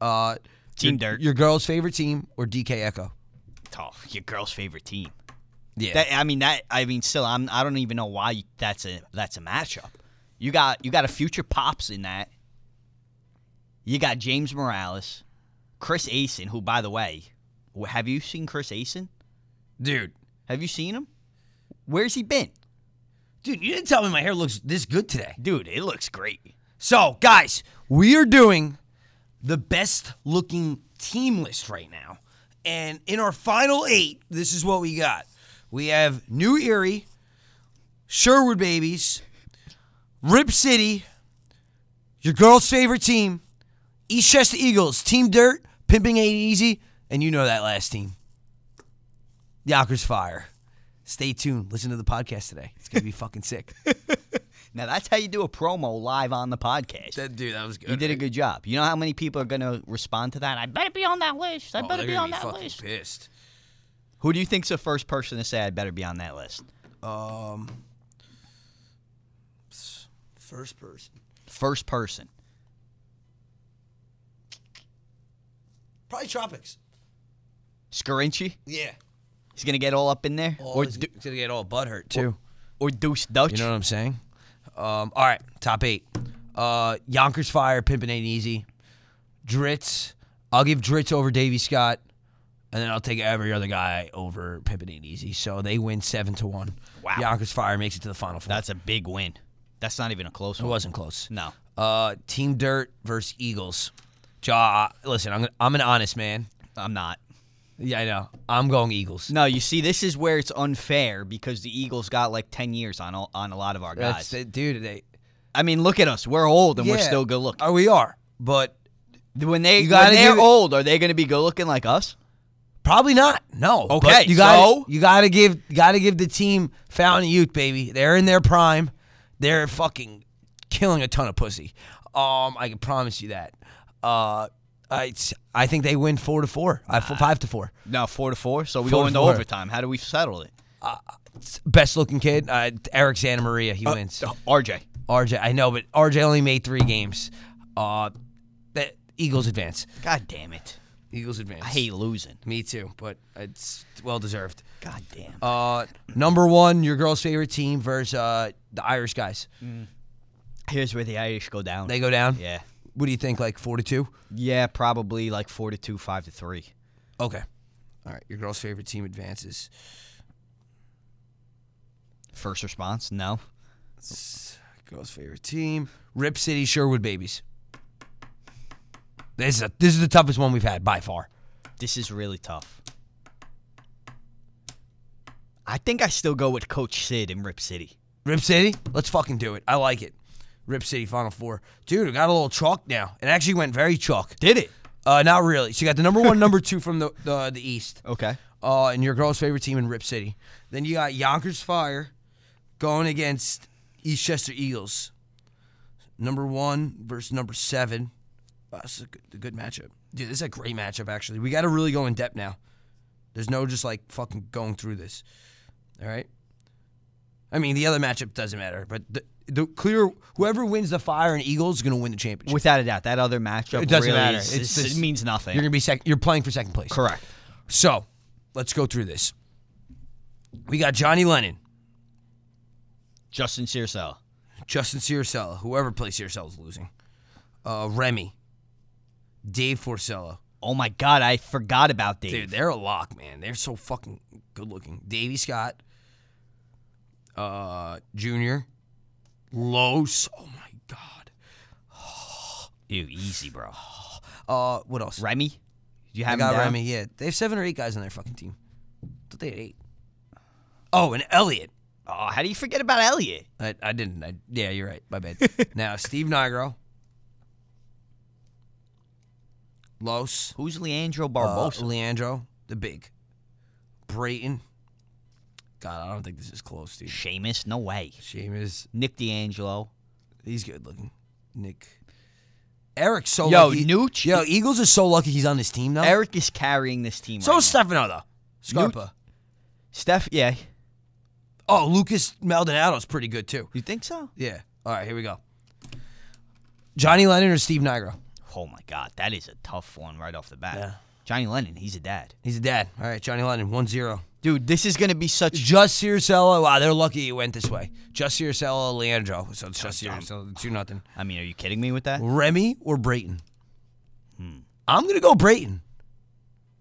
Speaker 2: Uh,
Speaker 1: Team
Speaker 2: your,
Speaker 1: Dirt.
Speaker 2: Your girl's favorite team or DK Echo?
Speaker 1: Tough. Your girl's favorite team.
Speaker 2: Yeah.
Speaker 1: That, I mean that. I mean still. I'm. I don't even know why you, that's a that's a matchup. You got you got a future pops in that. You got James Morales, Chris Asin, who by the way, wh- have you seen Chris Asin?
Speaker 2: dude,
Speaker 1: Have you seen him? Where's he been?
Speaker 2: dude, you didn't tell me my hair looks this good today.
Speaker 1: Dude, it looks great.
Speaker 2: So, guys, we are doing the best looking team list right now. And in our final eight, this is what we got. We have New Erie, Sherwood Babies, Rip City, your girl's favorite team, Eastchester Eagles, Team Dirt, Pimping Ain't Easy, and you know that last team. Yonkers Fire. Stay tuned. Listen to the podcast today. It's going to be fucking sick.
Speaker 1: Now that's how you do a promo live on the podcast.
Speaker 2: dude, that was good.
Speaker 1: you did a good job. You know how many people are going to respond to that? I better be on that list.
Speaker 2: Oh,
Speaker 1: I better be on that list.
Speaker 2: pissed.
Speaker 1: Who do you think's the first person to say I better be on that list?
Speaker 2: Um, s- first person,
Speaker 1: First person.
Speaker 2: probably tropics.
Speaker 1: Scarinci?
Speaker 2: Yeah,
Speaker 1: He's going to get all up in there?
Speaker 2: or
Speaker 1: or,
Speaker 2: he's
Speaker 1: Du-
Speaker 2: gonna get all butt hurt too.
Speaker 1: or Deuce Dutch?
Speaker 2: You know what I'm saying? Um, all right, top eight. Uh, Yonkers Fire, Pimpin' Ain't Easy, Dritz. I'll give Dritz over Davy Scott, and then I'll take every other guy over Pimpin' Ain't Easy. So they win seven to one.
Speaker 1: Wow.
Speaker 2: Yonkers Fire makes it to the final four.
Speaker 1: that's a big win. That's not even a close
Speaker 2: it
Speaker 1: one.
Speaker 2: wasn't close.
Speaker 1: No.
Speaker 2: Uh, Team Dirt versus Eagles. Ja, listen, I'm gonna, I'm an honest man.
Speaker 1: I'm not.
Speaker 2: Yeah, I know. I'm going Eagles.
Speaker 1: No, you see, this is where it's unfair because the Eagles got like 10 years on, all, on a lot of our guys.
Speaker 2: That's it, dude. They,
Speaker 1: I mean, look at us. We're old and we're
Speaker 2: Yeah.
Speaker 1: still good looking.
Speaker 2: Oh, we are, but
Speaker 1: When they
Speaker 2: You
Speaker 1: when
Speaker 2: gotta
Speaker 1: they're
Speaker 2: give it-
Speaker 1: old, are they going to be good looking like us?
Speaker 2: probably not. No.
Speaker 1: Okay,
Speaker 2: But you got
Speaker 1: so?
Speaker 2: you got to give got to give the team Fountain Youth, baby. They're in their prime. They're fucking killing a ton of pussy. Um, I can promise you that. Uh, I I think they win four to four. I five to four.
Speaker 1: No, four to four. So we
Speaker 2: Four
Speaker 1: go
Speaker 2: to
Speaker 1: into
Speaker 2: four.
Speaker 1: overtime. How do we settle it?
Speaker 2: Best looking kid, uh, Eric Santa Maria. He wins.
Speaker 1: RJ.
Speaker 2: RJ, I know, but RJ only made three games. Uh, that Eagles advance.
Speaker 1: God damn it!
Speaker 2: Eagles advance.
Speaker 1: I hate losing.
Speaker 2: Me too, but it's well deserved.
Speaker 1: God damn.
Speaker 2: Uh, number one, your girl's favorite team versus uh, the Irish guys.
Speaker 1: Here's where the Irish go down.
Speaker 2: They go down.
Speaker 1: yeah.
Speaker 2: What do you think? Like four to two?
Speaker 1: Yeah, probably like four to two, five to three.
Speaker 2: Okay. All right. Your girl's favorite team advances.
Speaker 1: First response, no.
Speaker 2: Girl's favorite team. Rip City Sherwood Babies. This is a, this is the toughest one we've had by far.
Speaker 1: This is really tough. I think I still go with Coach Sid in Rip City.
Speaker 2: Rip City, let's fucking do it. I like it. Rip City Final Four. Dude, it got a little chalk now. It actually went very chalk.
Speaker 1: Did it?
Speaker 2: Uh, not really. So you got the number one, number two from the the, the East.
Speaker 1: Okay.
Speaker 2: Uh, and your girl's favorite team in Rip City. Then you got Yonkers Fire going against Eastchester Eagles. Number one versus number seven. Wow, this is a good, a good matchup. Dude, this is a great matchup, actually. We got to really go in depth now. There's no just like fucking going through this. All right? I mean, the other matchup doesn't matter, but the, the clear whoever wins the Fire and Eagles is going to win the championship.
Speaker 1: Without a doubt, that other matchup
Speaker 2: It doesn't
Speaker 1: really
Speaker 2: matter.
Speaker 1: is-
Speaker 2: It's
Speaker 1: is-
Speaker 2: just-
Speaker 1: it means nothing.
Speaker 2: You're going to be sec- you're playing for second place.
Speaker 1: Correct.
Speaker 2: So, let's go through this. We got Johnny Lennon,
Speaker 1: Justin Searcell,
Speaker 2: Justin Ciercella, whoever plays Ciercella is losing. Uh, Remy, Dave Forcella.
Speaker 1: Oh my God, I forgot about Dave.
Speaker 2: Dude, they're a lock, man. They're so fucking good looking. Davy Scott, uh, Junior, Los. Oh my god.
Speaker 1: Ew, easy, bro.
Speaker 2: Uh, what else?
Speaker 1: Remy? Do you
Speaker 2: I
Speaker 1: have
Speaker 2: got
Speaker 1: him down?
Speaker 2: Remy. Yeah, they have seven or eight guys on their fucking team. Thought they had eight. Oh, and Elliot.
Speaker 1: Oh, how do you forget about Elliot?
Speaker 2: I, I didn't. I, yeah, you're right. My bad. now Steve Nigro, Los,
Speaker 1: Who's Leandro
Speaker 2: uh,
Speaker 1: Barbosa?
Speaker 2: Leandro, the big, Brayton. God, I don't think this is close, dude.
Speaker 1: Seamus? No way.
Speaker 2: Seamus,
Speaker 1: Nick D'Angelo.
Speaker 2: he's good looking. Nick, Eric, so
Speaker 1: Yo,
Speaker 2: lucky.
Speaker 1: Nooch-
Speaker 2: Oh, Yo, Eagles are so lucky he's on this team now.
Speaker 1: Eric is carrying this team
Speaker 2: so
Speaker 1: right
Speaker 2: is Stefano though. Scarpa.
Speaker 1: now. Steph, yeah.
Speaker 2: Oh, Lucas Maldonado's pretty good too.
Speaker 1: You think so?
Speaker 2: Yeah. All right, here we go. Johnny Lennon or Steve Nigro?
Speaker 1: Oh my God, that is a tough one right off the bat.
Speaker 2: Yeah.
Speaker 1: Johnny Lennon, he's a dad.
Speaker 2: He's a dad. All right, Johnny Lennon, 1 0.
Speaker 1: Dude, this is going to be such.
Speaker 2: Just Ciercella. Wow, they're lucky it went this way. Just Ciercella, Leandro. So it's just Ciercella, 2 nothing.
Speaker 1: I mean, are you kidding me with that?
Speaker 2: Remy or Brayton? I'm going to go Brayton.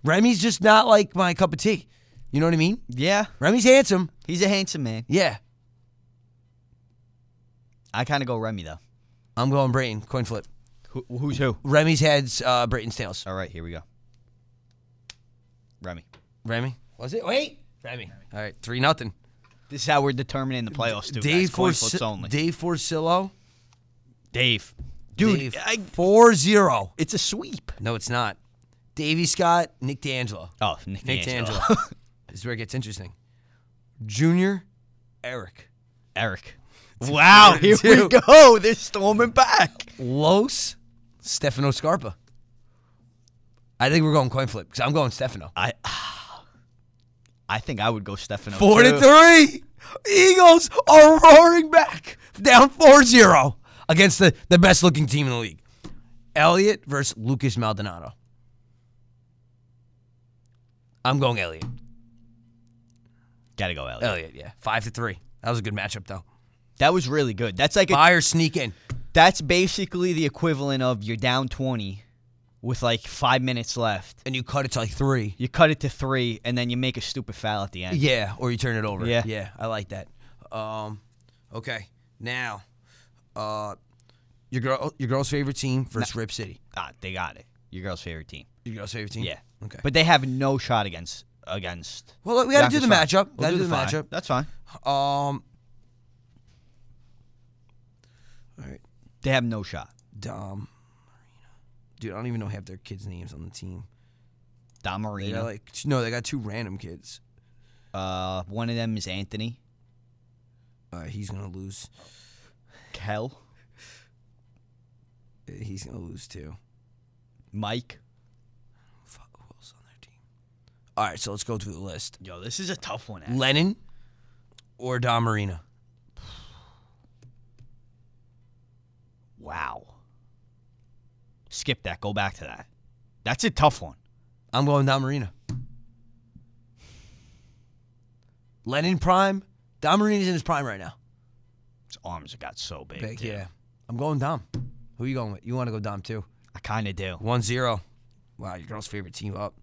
Speaker 2: Remy's just not like my cup of tea. You know what I mean?
Speaker 1: Yeah.
Speaker 2: Remy's handsome.
Speaker 1: He's a handsome man.
Speaker 2: Yeah.
Speaker 1: I kind of go Remy, though.
Speaker 2: I'm going Brayton. Coin flip.
Speaker 1: Who, who's who?
Speaker 2: Remy's heads, uh, Brayton's tails.
Speaker 1: All right, here we go. Remy.
Speaker 2: Remy? Was it? Wait. Remy. All right, 3 nothing.
Speaker 1: This is how we're determining the playoffs, too.
Speaker 2: Dave,
Speaker 1: guys. Coin
Speaker 2: Forci-
Speaker 1: flips only.
Speaker 2: Dave Forcillo.
Speaker 1: Dave. Dude,
Speaker 2: Dave,
Speaker 1: I,
Speaker 2: 4 0.
Speaker 1: it's a sweep.
Speaker 2: No, it's not. Davy Scott, Nick D'Angelo.
Speaker 1: Oh, Nick,
Speaker 2: Nick
Speaker 1: D'Angelo.
Speaker 2: D'Angelo. this is where it gets interesting. Junior, Eric.
Speaker 1: Eric. Wow, here we
Speaker 2: two.
Speaker 1: go. They're storming back.
Speaker 2: Los, Stefano Scarpa. I think we're going coin flip because I'm going Stefano.
Speaker 1: I I think I would go Stefano.
Speaker 2: Four to
Speaker 1: too.
Speaker 2: three. Eagles are roaring back. Down 4 0 against the, the best looking team in the league. Elliott versus Lucas Maldonado. I'm going Elliott.
Speaker 1: Gotta go, Elliot.
Speaker 2: Elliott, yeah. Five to three. That was a good matchup though.
Speaker 1: That was really good. That's like a,
Speaker 2: Buyer sneak in.
Speaker 1: that's basically the equivalent of you're down twenty with like five minutes left.
Speaker 2: and you cut it to like three.
Speaker 1: You cut it to three and then you make a stupid foul at the end.
Speaker 2: Yeah, or you turn it over.
Speaker 1: Yeah.
Speaker 2: yeah, I like that. Um, okay, now, uh, your girl, your girl's favorite team versus Rip City.
Speaker 1: Ah, they got it. Your girl's favorite team.
Speaker 2: Your girl's favorite team.
Speaker 1: Yeah.
Speaker 2: Okay.
Speaker 1: But they have no shot against against
Speaker 2: well, we got to do
Speaker 1: Yonkers
Speaker 2: the
Speaker 1: Fire.
Speaker 2: matchup.
Speaker 1: We'll
Speaker 2: got to do the
Speaker 1: Fire.
Speaker 2: matchup.
Speaker 1: That's fine.
Speaker 2: Um. All right,
Speaker 1: They have no shot.
Speaker 2: Dom, Marina. Dude, I don't even know half their kids' names on the team.
Speaker 1: Don
Speaker 2: They
Speaker 1: Marino.
Speaker 2: got like t- no, they got two random kids.
Speaker 1: uh, one of them is Anthony.
Speaker 2: Uh, he's gonna lose.
Speaker 1: Kel.
Speaker 2: He's gonna lose too.
Speaker 1: Mike.
Speaker 2: Fuck, who else on their team? All right, so let's go through the list.
Speaker 1: Yo, this is a tough one. actually.
Speaker 2: Lennon or Don Marino?
Speaker 1: Wow. Skip that. Go back to that. That's a tough one.
Speaker 2: I'm going Don Marino. Lennon prime. Don Marino's in his prime right now.
Speaker 1: His arms got so big.
Speaker 2: Big,
Speaker 1: too.
Speaker 2: yeah. I'm going Dom. Who you going with? You want to go Dom too?
Speaker 1: I kind of do.
Speaker 2: 1 0. Wow, your girl's favorite team up.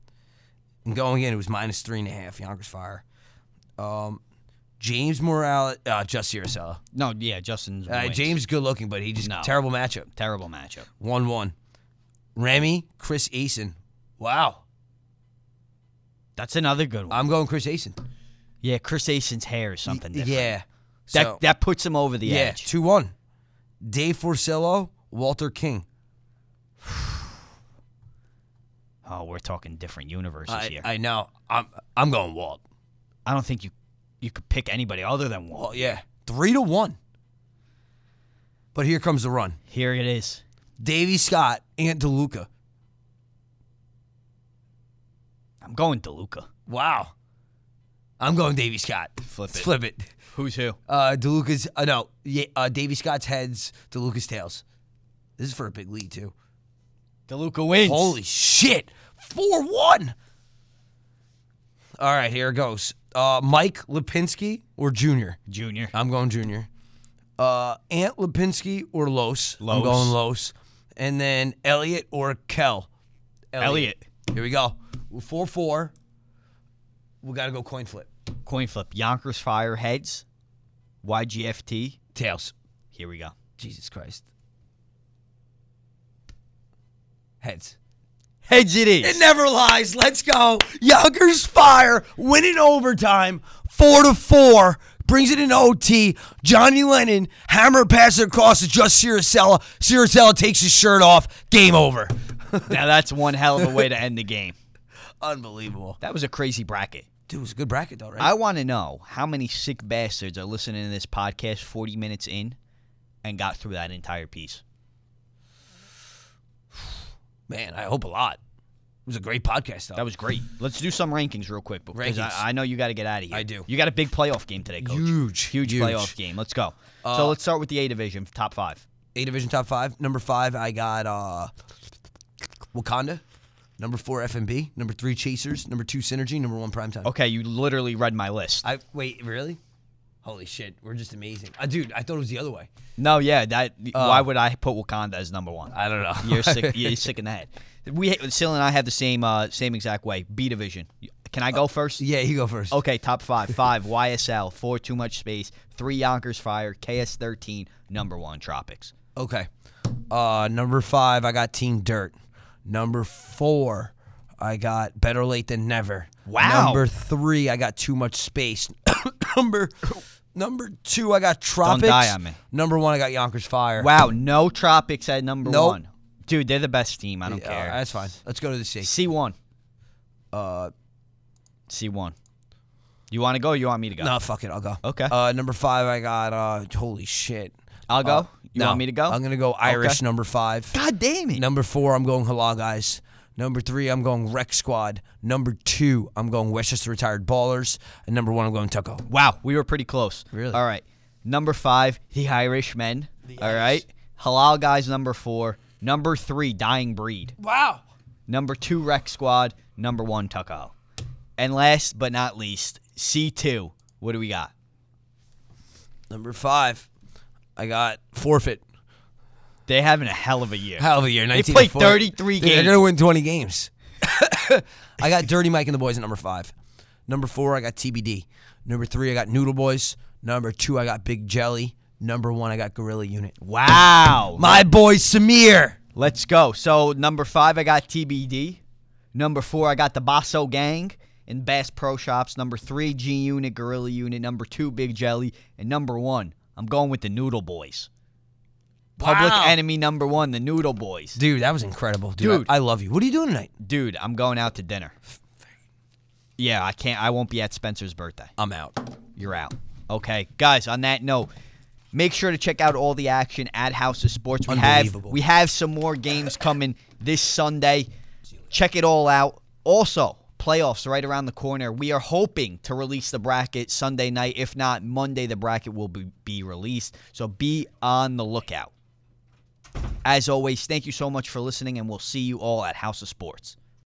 Speaker 2: And going in, it was minus three and a half, Yonkers Fire. Um, James Morales, uh, just Urasella.
Speaker 1: No, yeah, Justin's
Speaker 2: Uh,
Speaker 1: wins.
Speaker 2: James is good looking, but he just
Speaker 1: No.
Speaker 2: terrible matchup.
Speaker 1: terrible matchup.
Speaker 2: 1 1. Remy, Chris Eason. Wow.
Speaker 1: That's another good one.
Speaker 2: I'm going Chris Eason.
Speaker 1: yeah, Chris Asen's hair is something different.
Speaker 2: Yeah.
Speaker 1: that
Speaker 2: So-
Speaker 1: that puts him over the
Speaker 2: yeah,
Speaker 1: edge.
Speaker 2: 2 1. Dave Forcello, Walter King.
Speaker 1: oh, we're talking different universes
Speaker 2: I,
Speaker 1: here. I,
Speaker 2: I know. I'm I'm going Walt.
Speaker 1: don't think you you could pick anybody other than Walt.
Speaker 2: Well, yeah. Three to one. But here comes the run.
Speaker 1: Here it is.
Speaker 2: Davy Scott and DeLuca.
Speaker 1: I'm going DeLuca.
Speaker 2: Wow. I'm going Davy Scott.
Speaker 1: Flip
Speaker 2: Let's
Speaker 1: it.
Speaker 2: flip it.
Speaker 1: Who's who?
Speaker 2: Uh, DeLuca's, uh, no, yeah, uh, Davy Scott's heads, DeLuca's tails. This is for a big lead, too.
Speaker 1: DeLuca wins.
Speaker 2: Holy shit. 4 1. All right, here it goes. Uh, Mike Lipinski or Junior?
Speaker 1: Junior.
Speaker 2: I'm going Junior. Uh, Ant Lipinski or Los? I'm
Speaker 1: Los.
Speaker 2: going Los. And then Elliot or Kel?
Speaker 1: Elliot.
Speaker 2: Here we go. We're 4 4. We got to go coin flip.
Speaker 1: Coin flip. Yonkers Fire heads. YGFT.
Speaker 2: Tails.
Speaker 1: Here we go.
Speaker 2: Jesus Christ. Heads.
Speaker 1: Heads it is.
Speaker 2: It never lies. Let's go. Yonkers Fire winning overtime, four to four, brings it in OT. Johnny Lennon hammer passes across to just Siracella. Siracella takes his shirt off. Game over.
Speaker 1: now that's one hell of a way to end the game.
Speaker 2: Unbelievable.
Speaker 1: That was a crazy bracket.
Speaker 2: Dude, it was a good bracket though, right?
Speaker 1: I want to know how many sick bastards are listening to this podcast 40 minutes in and got through that entire piece.
Speaker 2: Man, I hope a lot. It was a great podcast though.
Speaker 1: That was great. Let's do some rankings real quick because
Speaker 2: Rankings.
Speaker 1: I, I know you got to get out of here.
Speaker 2: I do.
Speaker 1: You got a big playoff game today, coach.
Speaker 2: Huge,
Speaker 1: huge,
Speaker 2: huge. Uh,
Speaker 1: playoff game. Let's go. so let's start with the A division, top five.
Speaker 2: A division top five. Number five, I got uh, Wakanda. Number four, FMB. Number three, Chasers. Number two, Synergy. Number one, Primetime.
Speaker 1: Okay, you literally read my list.
Speaker 2: I wait, really? Holy shit, we're just amazing, uh, dude. I thought it was the other way.
Speaker 1: no, yeah, that.
Speaker 2: Uh,
Speaker 1: why would I put Wakanda as number one?
Speaker 2: I don't know.
Speaker 1: You're sick. You're sick in the head. We, Sil and I have the same, uh, same exact way. B division. Can I
Speaker 2: Uh,
Speaker 1: go first?
Speaker 2: yeah, you go first.
Speaker 1: Okay, top five. Five, YSL. Four, Too Much Space. Three, Yonkers Fire. KS13, number one, Tropics.
Speaker 2: Okay. Uh, number five, I got Team Dirt. Number four, I got Better Late Than Never.
Speaker 1: Wow.
Speaker 2: Number three, I got Too Much Space. number number two, I got Tropics.
Speaker 1: die on me.
Speaker 2: Number one, I got Yonkers Fire.
Speaker 1: Wow, no Tropics at number
Speaker 2: Nope.
Speaker 1: one. Dude, they're the best team. I don't
Speaker 2: Yeah,
Speaker 1: care.
Speaker 2: that's fine. Let's go to the C.
Speaker 1: C1.
Speaker 2: Uh,
Speaker 1: C1. You want to go or you want me to go?
Speaker 2: no, fuck it. I'll go.
Speaker 1: Okay.
Speaker 2: Uh, number five, I got. Uh, holy shit.
Speaker 1: I'll go.
Speaker 2: Uh,
Speaker 1: you
Speaker 2: no.
Speaker 1: want me to go?
Speaker 2: I'm gonna go Irish. Number five.
Speaker 1: God damn it.
Speaker 2: Number four, I'm going Halal guys. Number three, I'm going Rec Squad. Number two, I'm going Westchester Retired Ballers. And number one, I'm going Tucko.
Speaker 1: Wow, we were pretty close.
Speaker 2: Really?
Speaker 1: All right. Number five, the Irishmen. All right. Halal guys, number four. Number three, Dying Breed.
Speaker 2: Wow.
Speaker 1: Number two, Rec Squad. Number one, Tucko. And last but not least, C2. What do we got?
Speaker 2: Number five, I got Forfeit.
Speaker 1: They're having a hell of a year.
Speaker 2: Hell of a year. 19
Speaker 1: played
Speaker 2: to 40.
Speaker 1: 33
Speaker 2: Dude, They're
Speaker 1: games.
Speaker 2: going to win 20 games. I got Dirty Mike and the Boys at number five. Number four, I got TBD. Number three, I got Noodle Boys. Number two, I got Big Jelly. Number one, I got Gorilla Unit.
Speaker 1: Wow.
Speaker 2: My boy Samir.
Speaker 1: Let's go. So number five, I got TBD. Number four, I got the Basso Gang and Bass Pro Shops. Number three, G Unit, Gorilla Unit. Number two, Big Jelly. And number one, I'm going with the Noodle Boys. Public
Speaker 2: Wow.
Speaker 1: enemy number one, the Noodle Boys.
Speaker 2: Dude, that was incredible. Dude, I-
Speaker 1: Dude.
Speaker 2: I love you. What are you doing tonight?
Speaker 1: Dude, I'm going out to dinner. Yeah, I can't. I won't be at Spencer's birthday.
Speaker 2: I'm out.
Speaker 1: you're out. Okay, guys. On that note, make sure to check out all the action at House of Sports. We have
Speaker 2: Unbelievable.
Speaker 1: we have some more games coming this Sunday. Check it all out. Also, playoffs right around the corner. We are hoping to release the bracket Sunday night. If not Monday, the bracket will be, be released. So be on the lookout. As always, thank you so much for listening, and we'll see you all at House of Sports.